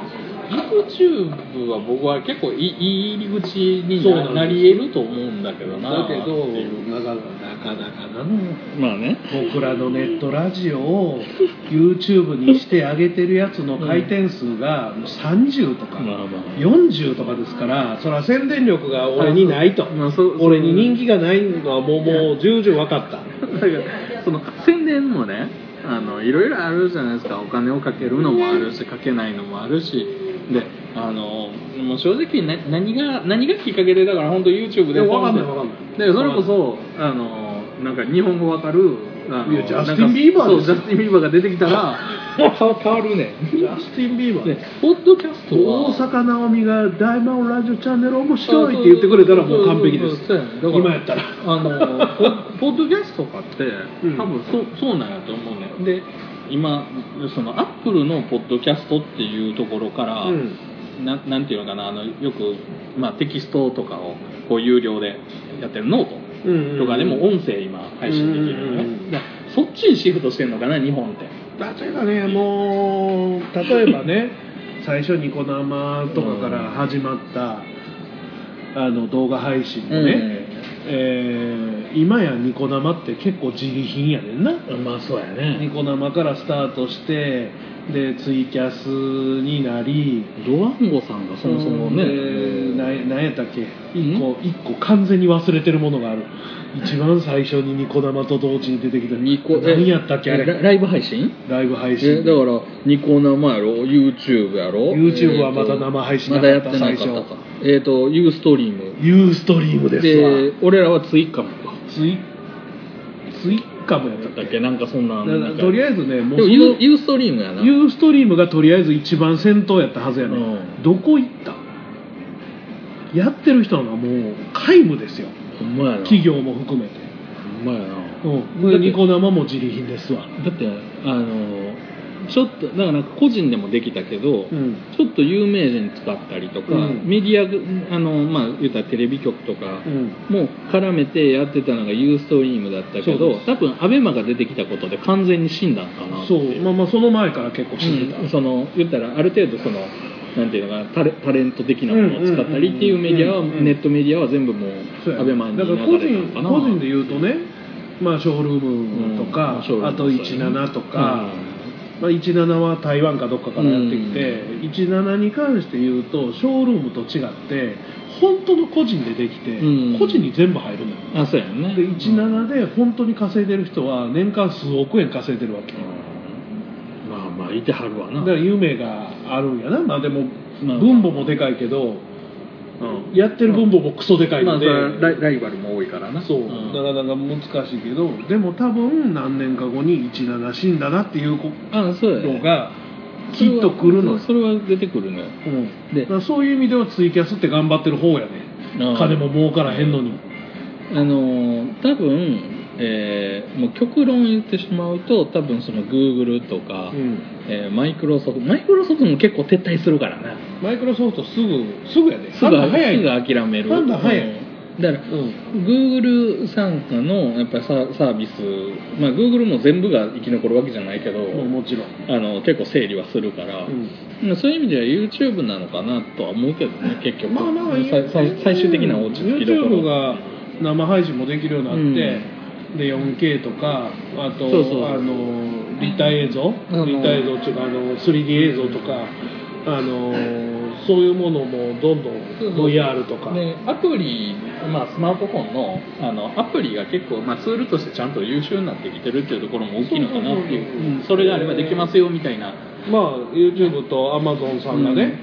YouTube は僕は結構いいい入り口にそうなんなですなり得ると思うんだけどなだけどなかなかなかなのよまあね僕らのネットラジオを YouTube にして上げてるやつの回転数がもう30とかまあまあ40とかですからそれは宣伝力が俺にないとまあそう俺に人気がないのはもうもう重々分かっただからその宣伝もねあのいろいろあるじゃないですかお金をかけるのもあるしかけないのもあるしであのもう正直な何が何がきっかけでだから本当 YouTube いでや分かんない分かんないでそれこそあのなんか日本語わかるあのいやジャスティンなんかビーバーそうですジよャスティン・ビーバーが出てきた ら変わるねジャスティン・ビーバーでポッドキャストは大坂なおみが「大魔王ラジオチャンネル面白い」って言ってくれたらもう完璧そでうすそうそうそうそう今やったらあのポポッドキャストとかってうん多分そうそうなんやと思うねで今そのアップルのポッドキャストっていうところから、うんななんていうのかなあのよく、まあ、テキストとかをこう有料でやってるノートうんうんうんとかでも音声今配信できるよね、うんうんうんだからそっちにシフトしてるのかな日本ってだってかねもう例えばね最初ニコ生とかから始まった、あの動画配信もね、えー今やニコ生って結構自利品やねんなまあそうやニコ生からスタートしてでツイキャスになりドワンゴさんがそもそもね、うんななんやったっけん一個一個完全に忘れてるものがある一番最初にニコ生と同時に出てきたニコ何やったっけあえラれライブ配信ライブ配え信だからニコ生やろ YouTube やろ YouTube はえーとまだ生配信まなだかやっってなたかった最か初えっ、とユーストリームユーストリームですでわ俺らはツイッカムかツイツイッカムやったっだっけけなんかそんなだからとりあえずねもでもうそのユーユーストリームやなユーストリームがとりあえず一番先頭やったはずやね、うんどこ行ったやってる人がもう皆無ですよほんまやな企業も含めて、ほんまやなうん、だでってニコ生も自利品ですわだってあのちょっとだからなんか個人でもできたけど、うんちょっと有名人使ったりとか、うんメディアあのまあ言ったらテレビ局とかうんも絡めてやってたのがユーストリームだったけそうどです多分アベマが出てきたことで完全に死んだんかなってそいううまあまあその前から結構知ってた、うん、その言ったらある程度そのなんていうのかなタレタレント的なものを使ったりっていうメディアはうんうんうんうんネットメディアは全部もそうやうねアベマに流だれかたら個人のかな個人で言うとね、まあ、ショールームとうかん、ショールームあと17とか、まあ、17は台湾かどっかからやってきて、17に関して言うとショールームと違って本当の個人でできて、うん個人に全部入るのようんあそうやねで17で本当に稼いでる人は年間数億円稼いでるわけうんまあまあいてはるわなだから夢があるんやなまあでもまあ分母もでかいけどうんやってる分母もクソでかいまあのそれで、はライライバルも多いからなそう、んなかなか難しいけどでも多分何年か後に17死んだなっていうこあそうやねのがきっと来るのよそれは出てくるのようんでだからそういう意味ではツイキャスって頑張ってる方やねあー金も儲からへんのにあのー多分、えーもう極論言ってしまうと多分その Google とか、えマイクロソフトマイクロソフトも結構撤退するからなマイクロソフトすぐすぐやですぐ判断早いすぐ諦める判断早いうんだからうん、 Google 傘下のやっぱりササービス、まあ、Google も全部が生き残るわけじゃないけど、もうもちろん、あの結構整理はするから、まあそういう意味では YouTube なのかなとは思うけど ね結局、まあまあささ最終的な落ち着きどころ YouTube が生配信もできるようになって、で 4K とかあとそうそうあの立体映像の立体映像っていうかあの 3D 映像とかあのそういうものもどんどんそうそう VR とかでアプリ、まあ、スマートフォンのあのアプリが結構、まあ、ツールとしてちゃんと優秀になってきてるっていうところも大きいのかなっていうそそうそうそううんれがあればできますよみたいな、まあ YouTube と Amazon さんがね、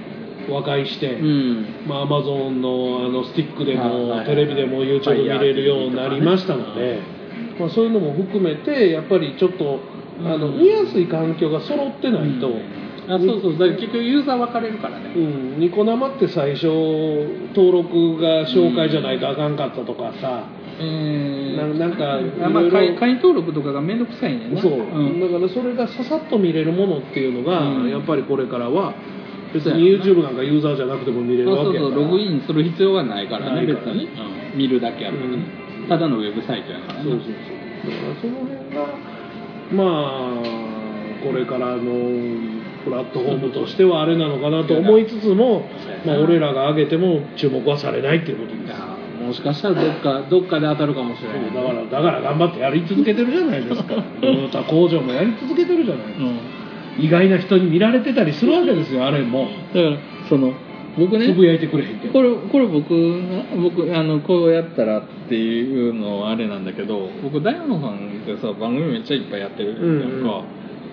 和解して、ん、まあ、Amazon のあのスティックではいもはいテレビでも YouTube 見れるようになりましたので、まあ、そういうのも含めてやっぱりちょっとあのうん見やすい環境が揃ってないと、あそうそうだから結局ユーザー分かれるからねうん、ニコ生って最初登録が紹介じゃないとあかんかったとかさ、えーななんかあまあいろい会ろ会員登録とかが面倒くさいねんなそう、んだからそれがささっと見れるものっていうのが、うんやっぱりこれからは別そうにやな YouTube なんかユーザーじゃなくても見れるそうわそうけやそからうログインする必要がないからねない別からねに、うん見るだけあるからね、ただのウェブサイトやかそうそうそらうだからねその辺がまあこれからのプラットフォームとしてはあれなのかなと思いつつも、まあ、俺らが上げても注目はされないっていうことでいすやーもしかしたらどっかどっかで当たるかもしれない、だからだから頑張ってやり続けてるじゃないですかトヨタ工場もやり続けてるじゃない、意外な人に見られてたりするわけですよあれもだからその僕つねぶやいてくれへんけどこれこれ僕が僕あのこうやったらっていうのはあれなんだけど僕大門さんってさ番組めっちゃいっぱいやってるうやんんか、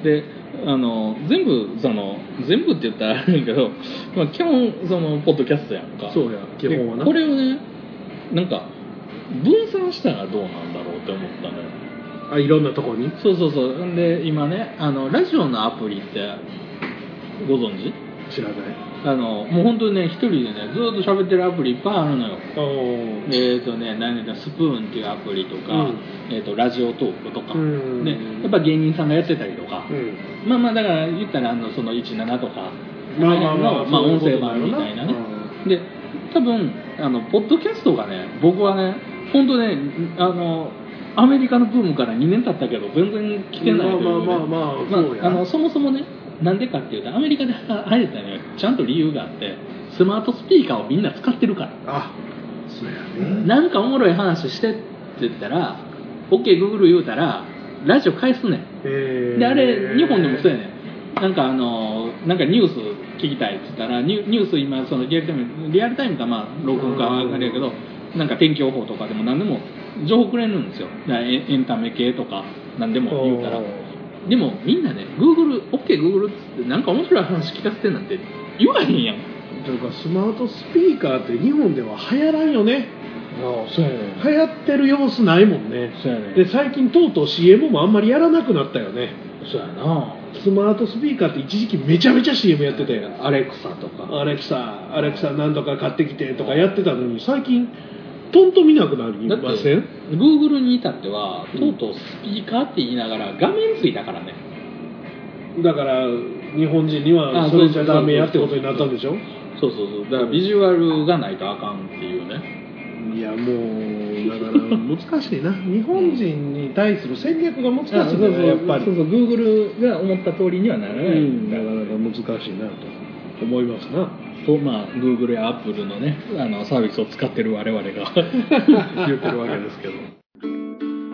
であの全部その全部って言ったらあれやけど、まあ、基本そのポッドキャストやんかそうや基本はなでこれをねなんか分散したらどうなんだろうって思ったのよあいろんなとこにそうそうそうんで今ねあのラジオのアプリってご存知知らないあのもう本当にね一人でねずっと喋ってるアプリいっぱいあるのよあーえーとね、何だスプーンっていうアプリとか、うんえー、とラジオトークとか、うんね、やっぱ芸人さんがやってたりとか、うんまあまあだから言ったらあのその17とかまあまあまあのまあそういう音こと声版みたいなねだよで多分あのポッドキャストがね僕はね本当ねあのアメリカのブームから2年経ったけど全然来てないという、ね、まあまあまあまあそうやまあ、あのそもそもねなんでかっていうとアメリカで入れたにはちゃんと理由があってスマートスピーカーをみんな使ってるからあそうやねなんかおもろい話してって言ったら OK グーグル言うたらラジオ返すねんえーであれ日本でもそうやねんなんかあのなんかニュース聞きたいって言ったらニュニュース今そのリアルタイムリアルタイムかまあ録音かあれやけどなんか天気予報とかでも何でも情報くれるんですよだからエンエンタメ系とか何でも言うたらおーでもみんなね GoogleOKGoogle、OK Google っつってなんか面白い話聞かせてなんて言わへんやんというかスマートスピーカーって日本では流行らんよねそうやね流行ってる様子ないもんねそうやねで最近とうとう CM もあんまりやらなくなったよねそうやなスマートスピーカーって一時期めちゃめちゃ CM やってたよアレクサとかアレクサアレクサ何とか買ってきてとかやってたのに最近トンと見なくなりだってません Google に至ってはとうとうスピーカーって言いながら画面ついたからねだから日本人にはあそれじゃダメやってことになったんでしょそうそうそうだからビジュアルがないとあかんっていうねいやもうだから難しいな日本人に対する戦略が難しいそうそうなやっぱりそうそう Google が思った通りにはならうない、んだなかからなか難しいなと思いますなそうまあ Google や Apple のねあのサービスを使ってる我々が 言ってるわけですけど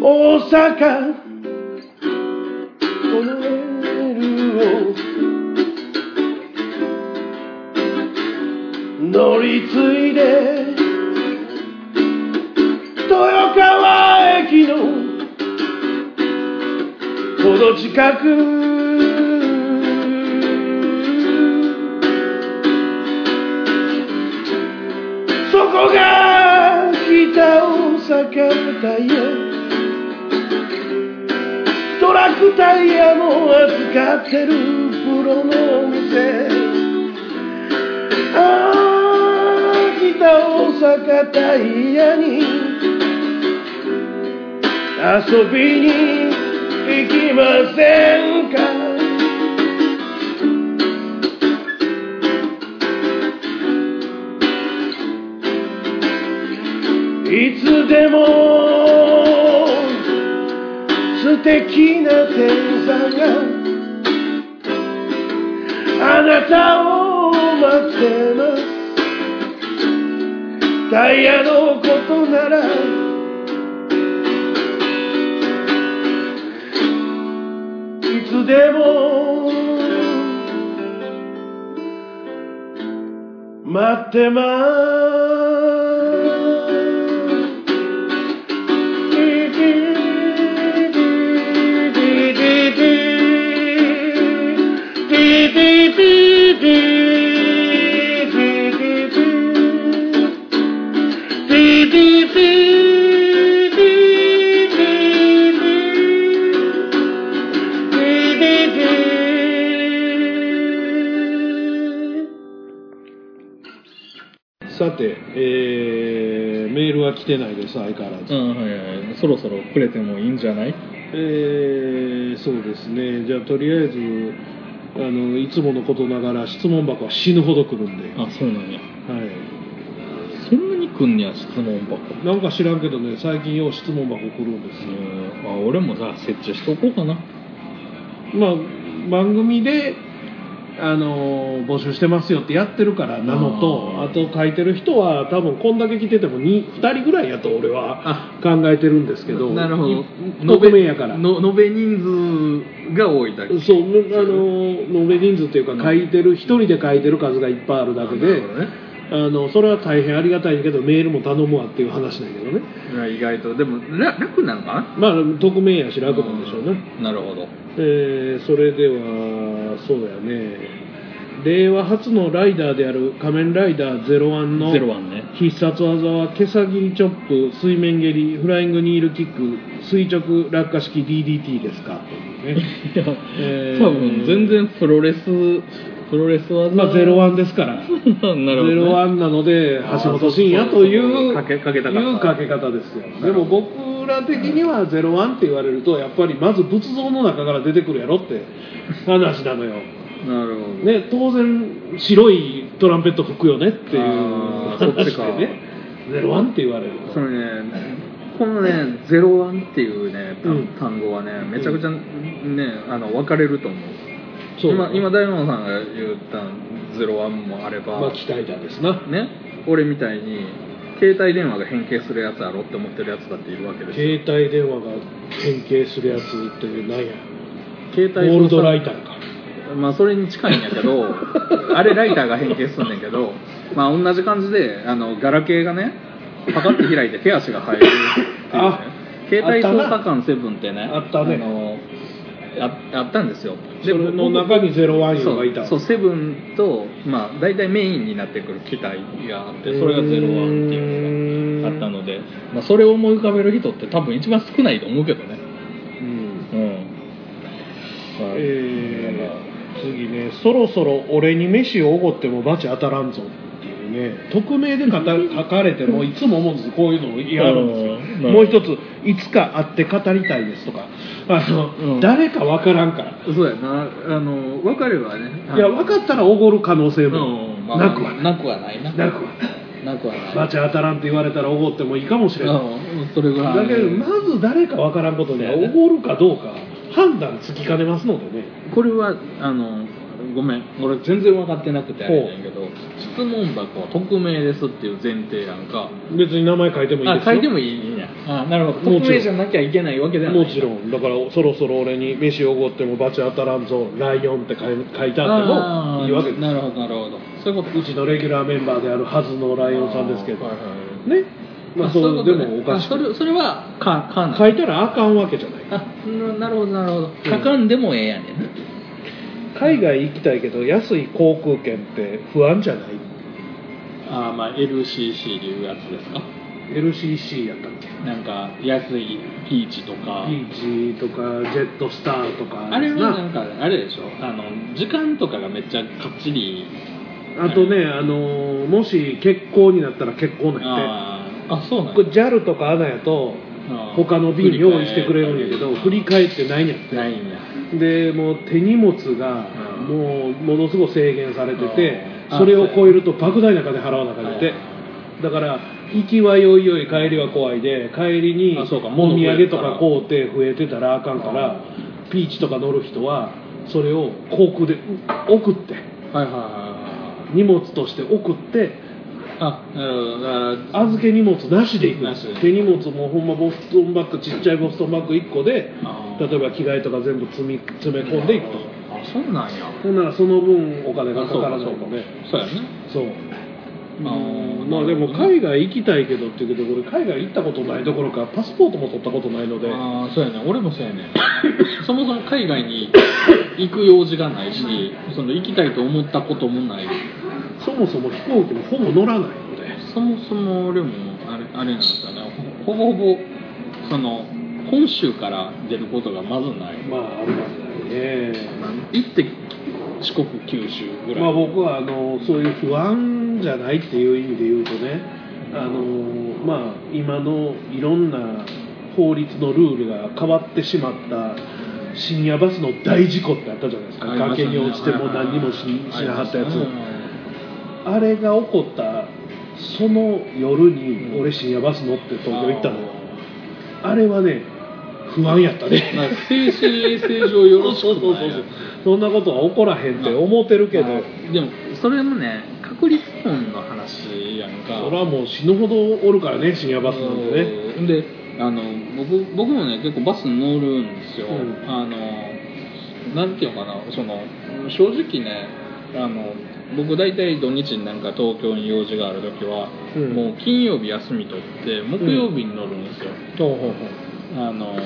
大阪このエールを乗り継いでトヨ駅のほど近くそこが北大阪タイヤトラックタイヤも扱ってるプロのお店あー北大阪タイヤに遊びに行きませんかいつでも素敵な天才があなたを待ってますタイヤのことならいつでも待ってますさて、えーメールは来てないです相変わらず、うんはいはいそろそろくれてもいいんじゃないえーそうですねじゃあとりあえずあのいつものことながら質問箱は死ぬほど来るんで、はあそうなんやい、そんなに来んねや質問箱なんか知らんけどね最近よう質問箱来るんですよ、うんあ俺もさ設置しとこうかなまあ、番組で、あのー募集してますよってやってるからなのとああーと書いてる人は多分こんだけ来てても 2, 二人ぐらいやと俺は考えてるんですけどなるほど匿名やからの延べ人数が多いだけそうあのー延べ人数っていうか書いてる一人で書いてる数がいっぱいあるだけなるでほどねあのそれは大変ありがたいけどメールも頼むわっていう話なんやけどねいや意外とでもら楽なのかなまあ匿名やし楽なんでしょうね、なるほどえーそれではそうやね令和初のライダーである「仮面ライダー01」のゼロワンね必殺技は毛先切りチョップ水面蹴りフライングニールキック垂直落下式 DDT ですかというね いや、えー多分全然プロレスプロレス技まあ01で すからなるほど、ね、 01なので橋本真也というかけかけたかったいうかけ方ですよでも僕ら的には01って言われるとやっぱりまず仏像の中から出てくるやろって話なのよなるほどね、当然白いトランペット吹くよねっていうあーそっ話ちかでね「ゼロワンって言われるそのねこのね「ゼロワンっていうね単,、うん単語はねめちゃくちゃねあの分かれると思うそう今今大門さんが言った「ゼロワンもあれば、まあ期待だですなね俺みたいに携帯電話が変形するやつやろって思ってるやつだっているわけですよ携帯電話が変形するやつってなんや携ゴールドライタターかーまあそれに近いんやけ どあれライターが変形すんねんけどまあ同じ感じであのガラケーがねパカッて開いて手足が入るっていう、ねあ、携帯あったな操作官セブンってねあったねあのああったんですよそれの中にゼロワン用がいたそうそうセブンと、まあ、大体メインになってくる機体があってそれがゼロワンっていうのうあったので、まあ、それを思い浮かべる人って多分一番少ないと思うけどねうんうん、まあえー次ね「そろそろ俺に飯をおごってもバチ当たらんぞ」っていうね匿名で 語書かれてもいつも思うんですこういうのを言い合うんですようんもう一つ「いつか会って語りたいです」とかあの、うん誰か分からんからそうやなあの分かればねいや分かったらおごる可能性もうんまあなくはない、なくはないななくはなくはないバチ当たらんって言われたらおごってもいいかもしれないうんそれぐらいだけどまず誰か分からんことにはそうやおねごるかどうか判断つきかねますのでねこれはあのごめん俺全然分かってなくてあれなんやけど質問箱は匿名ですっていう前提やんか別に名前書いてもいいですあよ書いてもいいんやあなるほもちろん匿名じゃなきゃいけないわけではないもちろんだからそろそろ俺に飯おごっても罰当たらんぞライオンって書い書いてあってもいいわけですなるほどなるほどそういうことうちのレギュラーメンバーであるはずのライオンさんですけどあーはねいはいまああいそうことでねもおかしあそれくそれはかかん書いたらあかんわけじゃないあななるほどなるほどかかんでもええやねんな海外行きたいけど安い航空券って不安じゃないあまあ LCC でいうやつですか LCC やったっけなんか安いピーチとかピーチとかジェットスターとかあれはななんかあれでしょあの時間とかがめっちゃかっちりあとね、あのーもし欠航になったら欠航なんやあーあそうってなんこれや JAL とか ANA やとあー他の便用意してくれるんやけど振り替えってないんやってないんやでもう手荷物がうんもうものすごい制限されててうんそれを超えると莫大な金払わなあかんってだから行きはよいよい帰りは怖いで帰りにおあ土そうか物増え産るとからか買うて増えてたらあかんからピーチとか乗る人はそれを航空でう送ってはいはいはい荷物として送ってはいあなるほどだから預け荷物なしで行なしでく手荷物もほんまボストンバッグちっちゃいボストンバッグ1個であー例えば着替えとか全部積み詰め込んでいくと。あそうなんやほんならその分お金がかからないそうのでそうやねそうあーまあでも海外行きたいけどって言うけど俺海外行ったことないどころかパスポートも取ったことないのでああそうやね俺もそうやねそもそも海外に行く用事がないしその行きたいと思ったこともないそもそも飛行機もほぼ乗らないのでそもそも俺もあれあれなんですよねほほぼほぼその本州から出ることがまずない、まあありますねまあ行って四国九州ぐらい、まあ僕はあのそういう不安じゃないっていう意味で言うとねあのまあ今のいろんな法律のルールが変わってしまった深夜バスの大事故ってあったじゃないですかありました崖ねに落ちても何にもししなかったやつ、ありまあれが起こったその夜に俺深夜バス乗って東京行ったのよあれはね不安やっしたたねねまあ精神衛生上よろしくそうそうなそいうやそんうそんなことは起こらへんって思ってるけど、でもそれのね確率論の話やんか俺はもう死ぬほどおるからね深夜バスなんでねうんであの僕僕もね結構バス乗るんですよ、うんあのなんていうのかなその正直ねあの僕大体土日になんか東京に用事がある時は、うんもう金曜日休み取って木曜日に乗るんですよ、ほうほうあの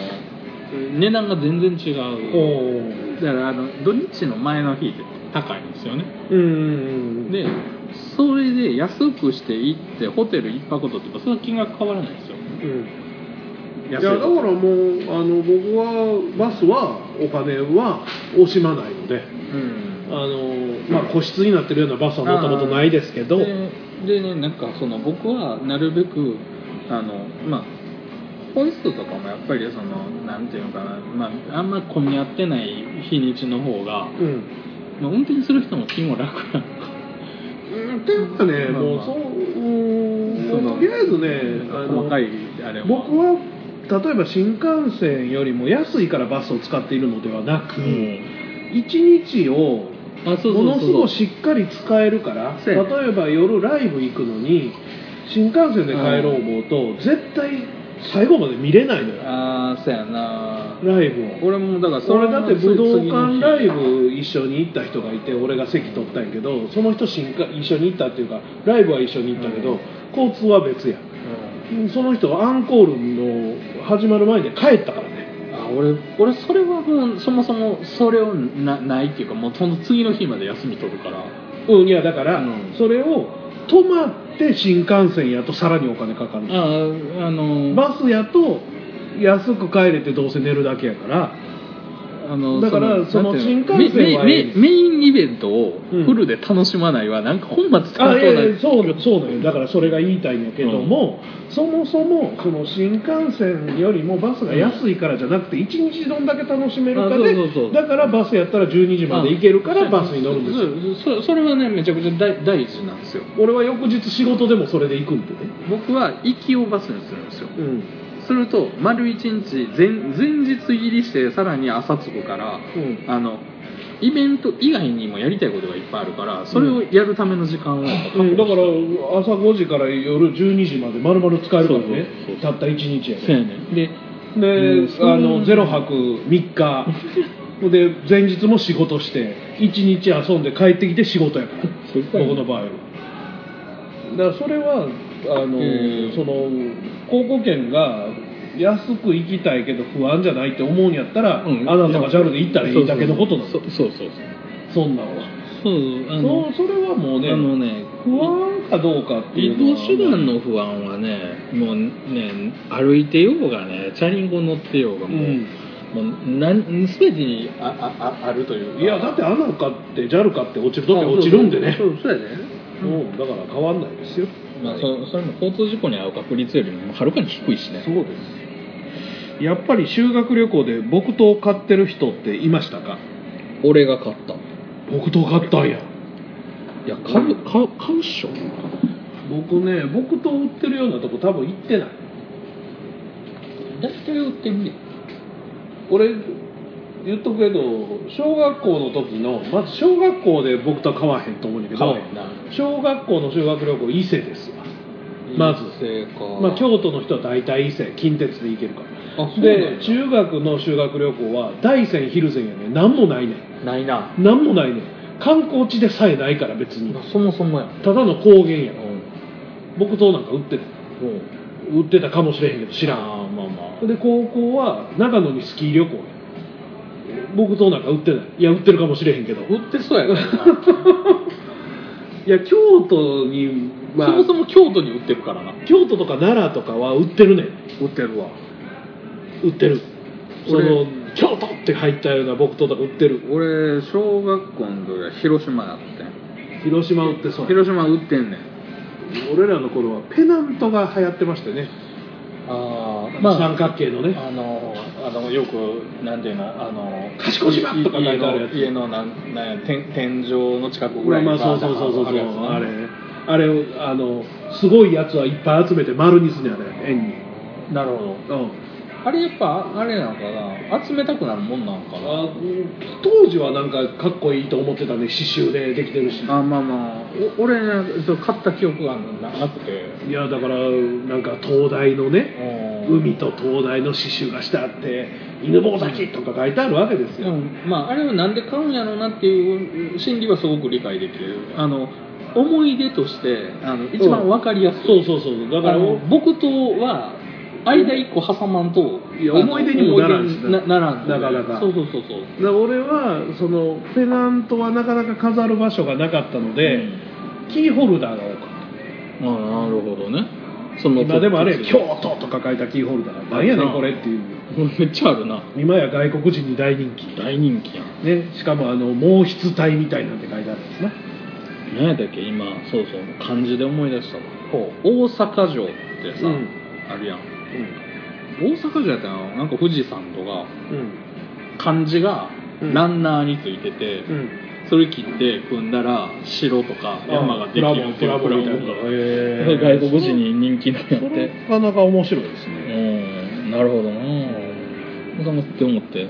値段が全然違ほううおうだからあの土日の前の日って高いんですよねうんうんうんでそれで安くして行ってホテル一泊取ってもその金額変わらないんですようんいや安だからホテもうルあの僕はバスはお金は惜しまないのでうんあの、まあ、個室になってるようなバスは乗ったことないですけどででねなんかその僕はなるべくあのまあ本数とかもやっぱりそのなんていうのかな、まあ、あんま混み合ってない日にちの方が、うんまあ、運転する人も気も楽なんかうんっていうかね、まあまあもうそう、うんそのもうとりあえずね、あの細かいあれ僕は例えば新幹線よりも安いからバスを使っているのではなく、一日をあそうそもうのすそごういしっかり使えるから、そうやね例えば夜ライブ行くのに、新幹線で帰ろう思うと、絶対最後まで見れないのよ、ああそうやなライブを。俺もだから俺だって武道館ライブブ一緒に行った人がいて俺が席取ったんやけどその人新幹一緒に行ったっていうかライブは一緒に行ったけど、うん交通は別やその人はアンコールの始まる前に帰ったからねあ俺俺それはもうそもそもそれをなないっていうかもうその次の日まで休み取るからうんいやだかうら、んそれを泊まって新幹線やとさらにお金かかるあああのバスやと安く帰れてどうせ寝るだけやからあのだからそのなんそのていう新幹線はメメメメインイベントをうんフルで楽しまないはなんか本末転倒あいやいなやそうよそうなんよだからそれが言いたいんやけども、そもそもその新幹線よりもバスが安いからじゃなくて1日どんだけ楽しめるかあそうそうそでうだからバスやったら12時まで行けるからあバスに乗るんですよそうそそれはねめちゃくちゃ大大事なんですよ俺は翌日仕事でもそれで行くんでね僕は行きをバスにするんですようんすると丸一日前前日入りしてさらに朝着くからうんあのイベント以外にもやりたいことがいっぱいあるからそれをやるための時間をやっぱ確保うん、だからそう朝5時から夜12時まで丸々使えるからねそうそうそうたった1日ややで、ねでで、うんあの0泊3日 で前日も仕事して1日遊んで帰ってきて仕事やからそういうことやね僕の場合はだからそれはあのうんその航空券が安く行きたいけど不安じゃないって思うんやったら、うんあなたが JAL で行ったらいいだけのことなのそそうそうそうそうそんなんはそうあのそうそれはもうねあのね不安かどうかってい移うの動は手段の不安はねもうね歩いてようがねチャリンコ乗ってようがうもう,、んもうなん全てにああああるというかいやだってアナかって JAL かって落ちるとき落ちるんでねそうそうそうやね、うんだから変わんないですよまあ、そそれも交通事故に遭う確率よりもはるかに低いしねそうですやっぱり修学旅行で木刀を買ってる人っていましたか俺が買った木刀買ったんやいや買う買う買うっしょ僕ね木刀売ってるようなとこ多分行ってない大体売ってんね俺言っとくけど小学校の時のまず小学校で僕とは買わへんと思うんだけ買どわへんな小学校の修学旅行伊勢ですわまず正解まあ、京都の人は大体伊勢近鉄で行けるからあそうなんやで中学の修学旅行は大山昼山やねん何もないねんないな何もないねん観光地でさえないから別にまあそもそもやもんただの高原やうろん木刀なんか売ってたうん売ってたかもしれへんけど知知ららんんまあまで高校は長野にスキー旅行や木刀なんか売ってないいや売ってるかもしれへんけど売ってそうやけどないや京都に、まあ、そもそも京都に売ってるからな京都とか奈良とかは売ってるね売ってるわ売ってるそ俺の京都って入ったような木刀とか売ってる俺小学校の時は広島やってん広島売ってそう広島売ってんねん俺らの頃はペナントが流行ってましたよね、ああ三角形のねあのあのよくなんていうのあの賢島とか書いてあるやつ家の家のなんなんや天天井の近くぐらいまあにまあバーッそうそうあそうそうそうるやつなあれあれをあのすごいやつはいっぱい集めて丸にすんねやね円になるほどうんあれやっぱあれなのかな集めたくなるもんなのかあ当時はなんかかっこいいと思ってたね刺繍でできてるしなあまあまあお俺ねそう買った記憶がなくていやだからなんか東大のね海海と灯台の刺繍がしてあって犬坊崎とか書いてあるわけですでよ、もまああれはなんで買うんやろうなっていう心理はすごく理解できるあの思い出としてあの一番わかりやすい、そうそうそうだからあの僕とは間一個挟まんといやあの思い出にもならんし思い出になならんなかなかそうそうそうそうだから俺はそのペナントはなかなか飾る場所がなかったので、キーホルダーが多かっあなるほどねそたの今でもあれ「と京都」とか書いたキーホルダーなんやねんこれっていうめっちゃあるな今や外国人に大人気、大人気やんね、しかもあの毛筆体みたいなんて書いてあるんですね何やったっけ今そうそう漢字で思い出したわ大阪城ってさ、うんあるやん大阪城やったらなんか富士山とか漢字がうんランナーについてて、うんうんそれ切って組んだら城とか山ができるってプいうラプモランモみたいながへー外国人に人気なんやっそれてなかなか面白いですうねんなるほどなと思って思って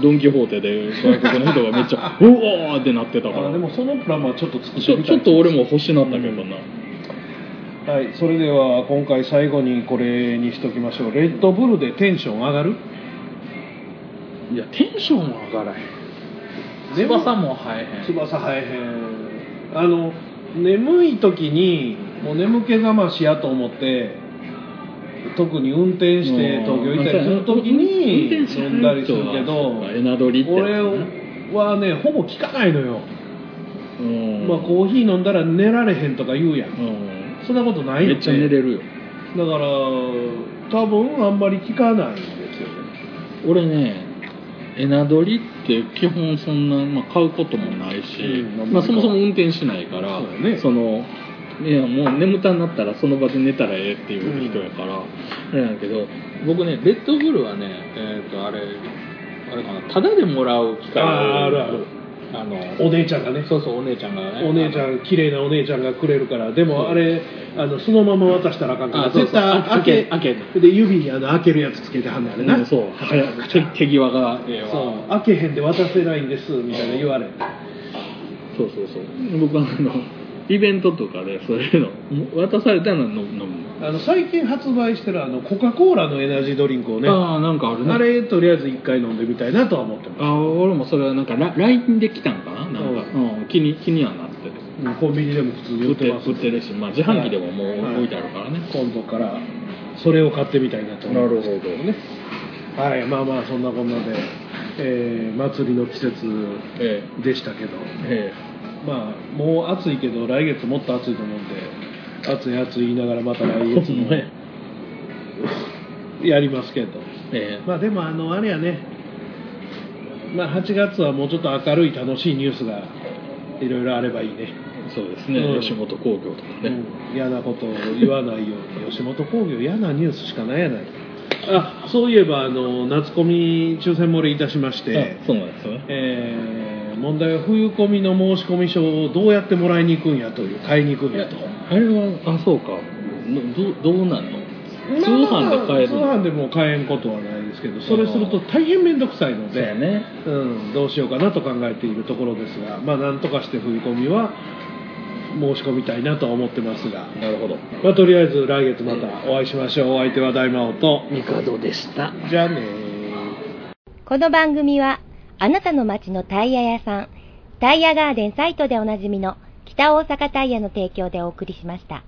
ドン・キホーテで外国の人がめっち ゃ「うおー!」ってなってたからあでもそのプランはちょっと作っちてょみちたょいっと俺も欲しなったけどな、はい、それでは今回最後にこれにしときましょうレッドブルでテンション上がるいやテンションも上がらへん翼も生えへん翼生えへんあの眠い時にもう眠気覚ましやと思って特に運転して東京行ったりする時に運転し飲んだりするけどエナドリってやつ俺ねはねほぼ効かないのよ、うんまあ、コーヒー飲んだら寝られへんとか言うやんうんそんなことないよめっちゃ寝れるよだから多分あんまり効かないんですよね俺ねエナドリって基本そんな、まあ、買うこともないし、うんまあ、そもそも運転しないからそうだねそのいやもう眠たになったらその場で寝たらええっていう人やから、あれなんやけど僕ねレッドブルはねえっ、とあれあれかなタダでもらう機会があーあるあるあのお姉ちゃんがねそうそうお姉ちゃんがねお姉ちゃん綺麗なお姉ちゃんがくれるからでもあれあのそのまま渡したらあかんからあそうそう絶対あ開け開けで指にあの開けるやつつけてはんねんあれな、うんそうそう早 く手手際がええわ開けへんで渡せないんですみたいな言われてそうそうそう僕はあのイベントとかでそういうの渡されたら飲む飲むあの最近発売してるあのコカ・コーラのエナジードリンクをねああなんかあるねあれとりあえず一回飲んでみたいなとは思ってますあ俺もそれはなんかラ LINE で来たんかななんか、うん気に気にはなってるうんコンビニでも普通に売売っっててます売ってるし、まあ、自販機でももはいう置いてあるからね、今度からそれを買ってみたいなと思いますけどねはいまあまあそんなこんなで、えー祭りの季節えでしたけどええまあもう暑いけど来月もっと暑いと思うんで暑い暑い言いながらまた来月ほもんまややりますけどええまあでもあのあれやねまあ8月はもうちょっと明るい楽しいニュースがいろいろあればいいねえそうですね、うん吉本興業とかね、うん嫌なことを言わないように吉本興業嫌なニュースしかないやないあそういえばあの夏コミ抽選漏れいたしましてあそうなんですよねえー問題は冬込みの申込書をどうやってもらいに行くんやという買いに行くんやとあれはあそうかのどどうなんの通販で買える通の販でも買えんことはないですけどそれすると大変面倒くさいのそうやで、ねうん、どうしようかなと考えているところですがまあなんとかして冬込みは申し込みたいなとは思ってますが、なるほどまあ、とりあえず来月またお会いしましょうお相手は大魔王とミカドでしたじゃあねーこの番組は、あなたの街のタイヤ屋さん、タイヤガーデンサイトでおなじみの北大阪タイヤの提供でお送りしました。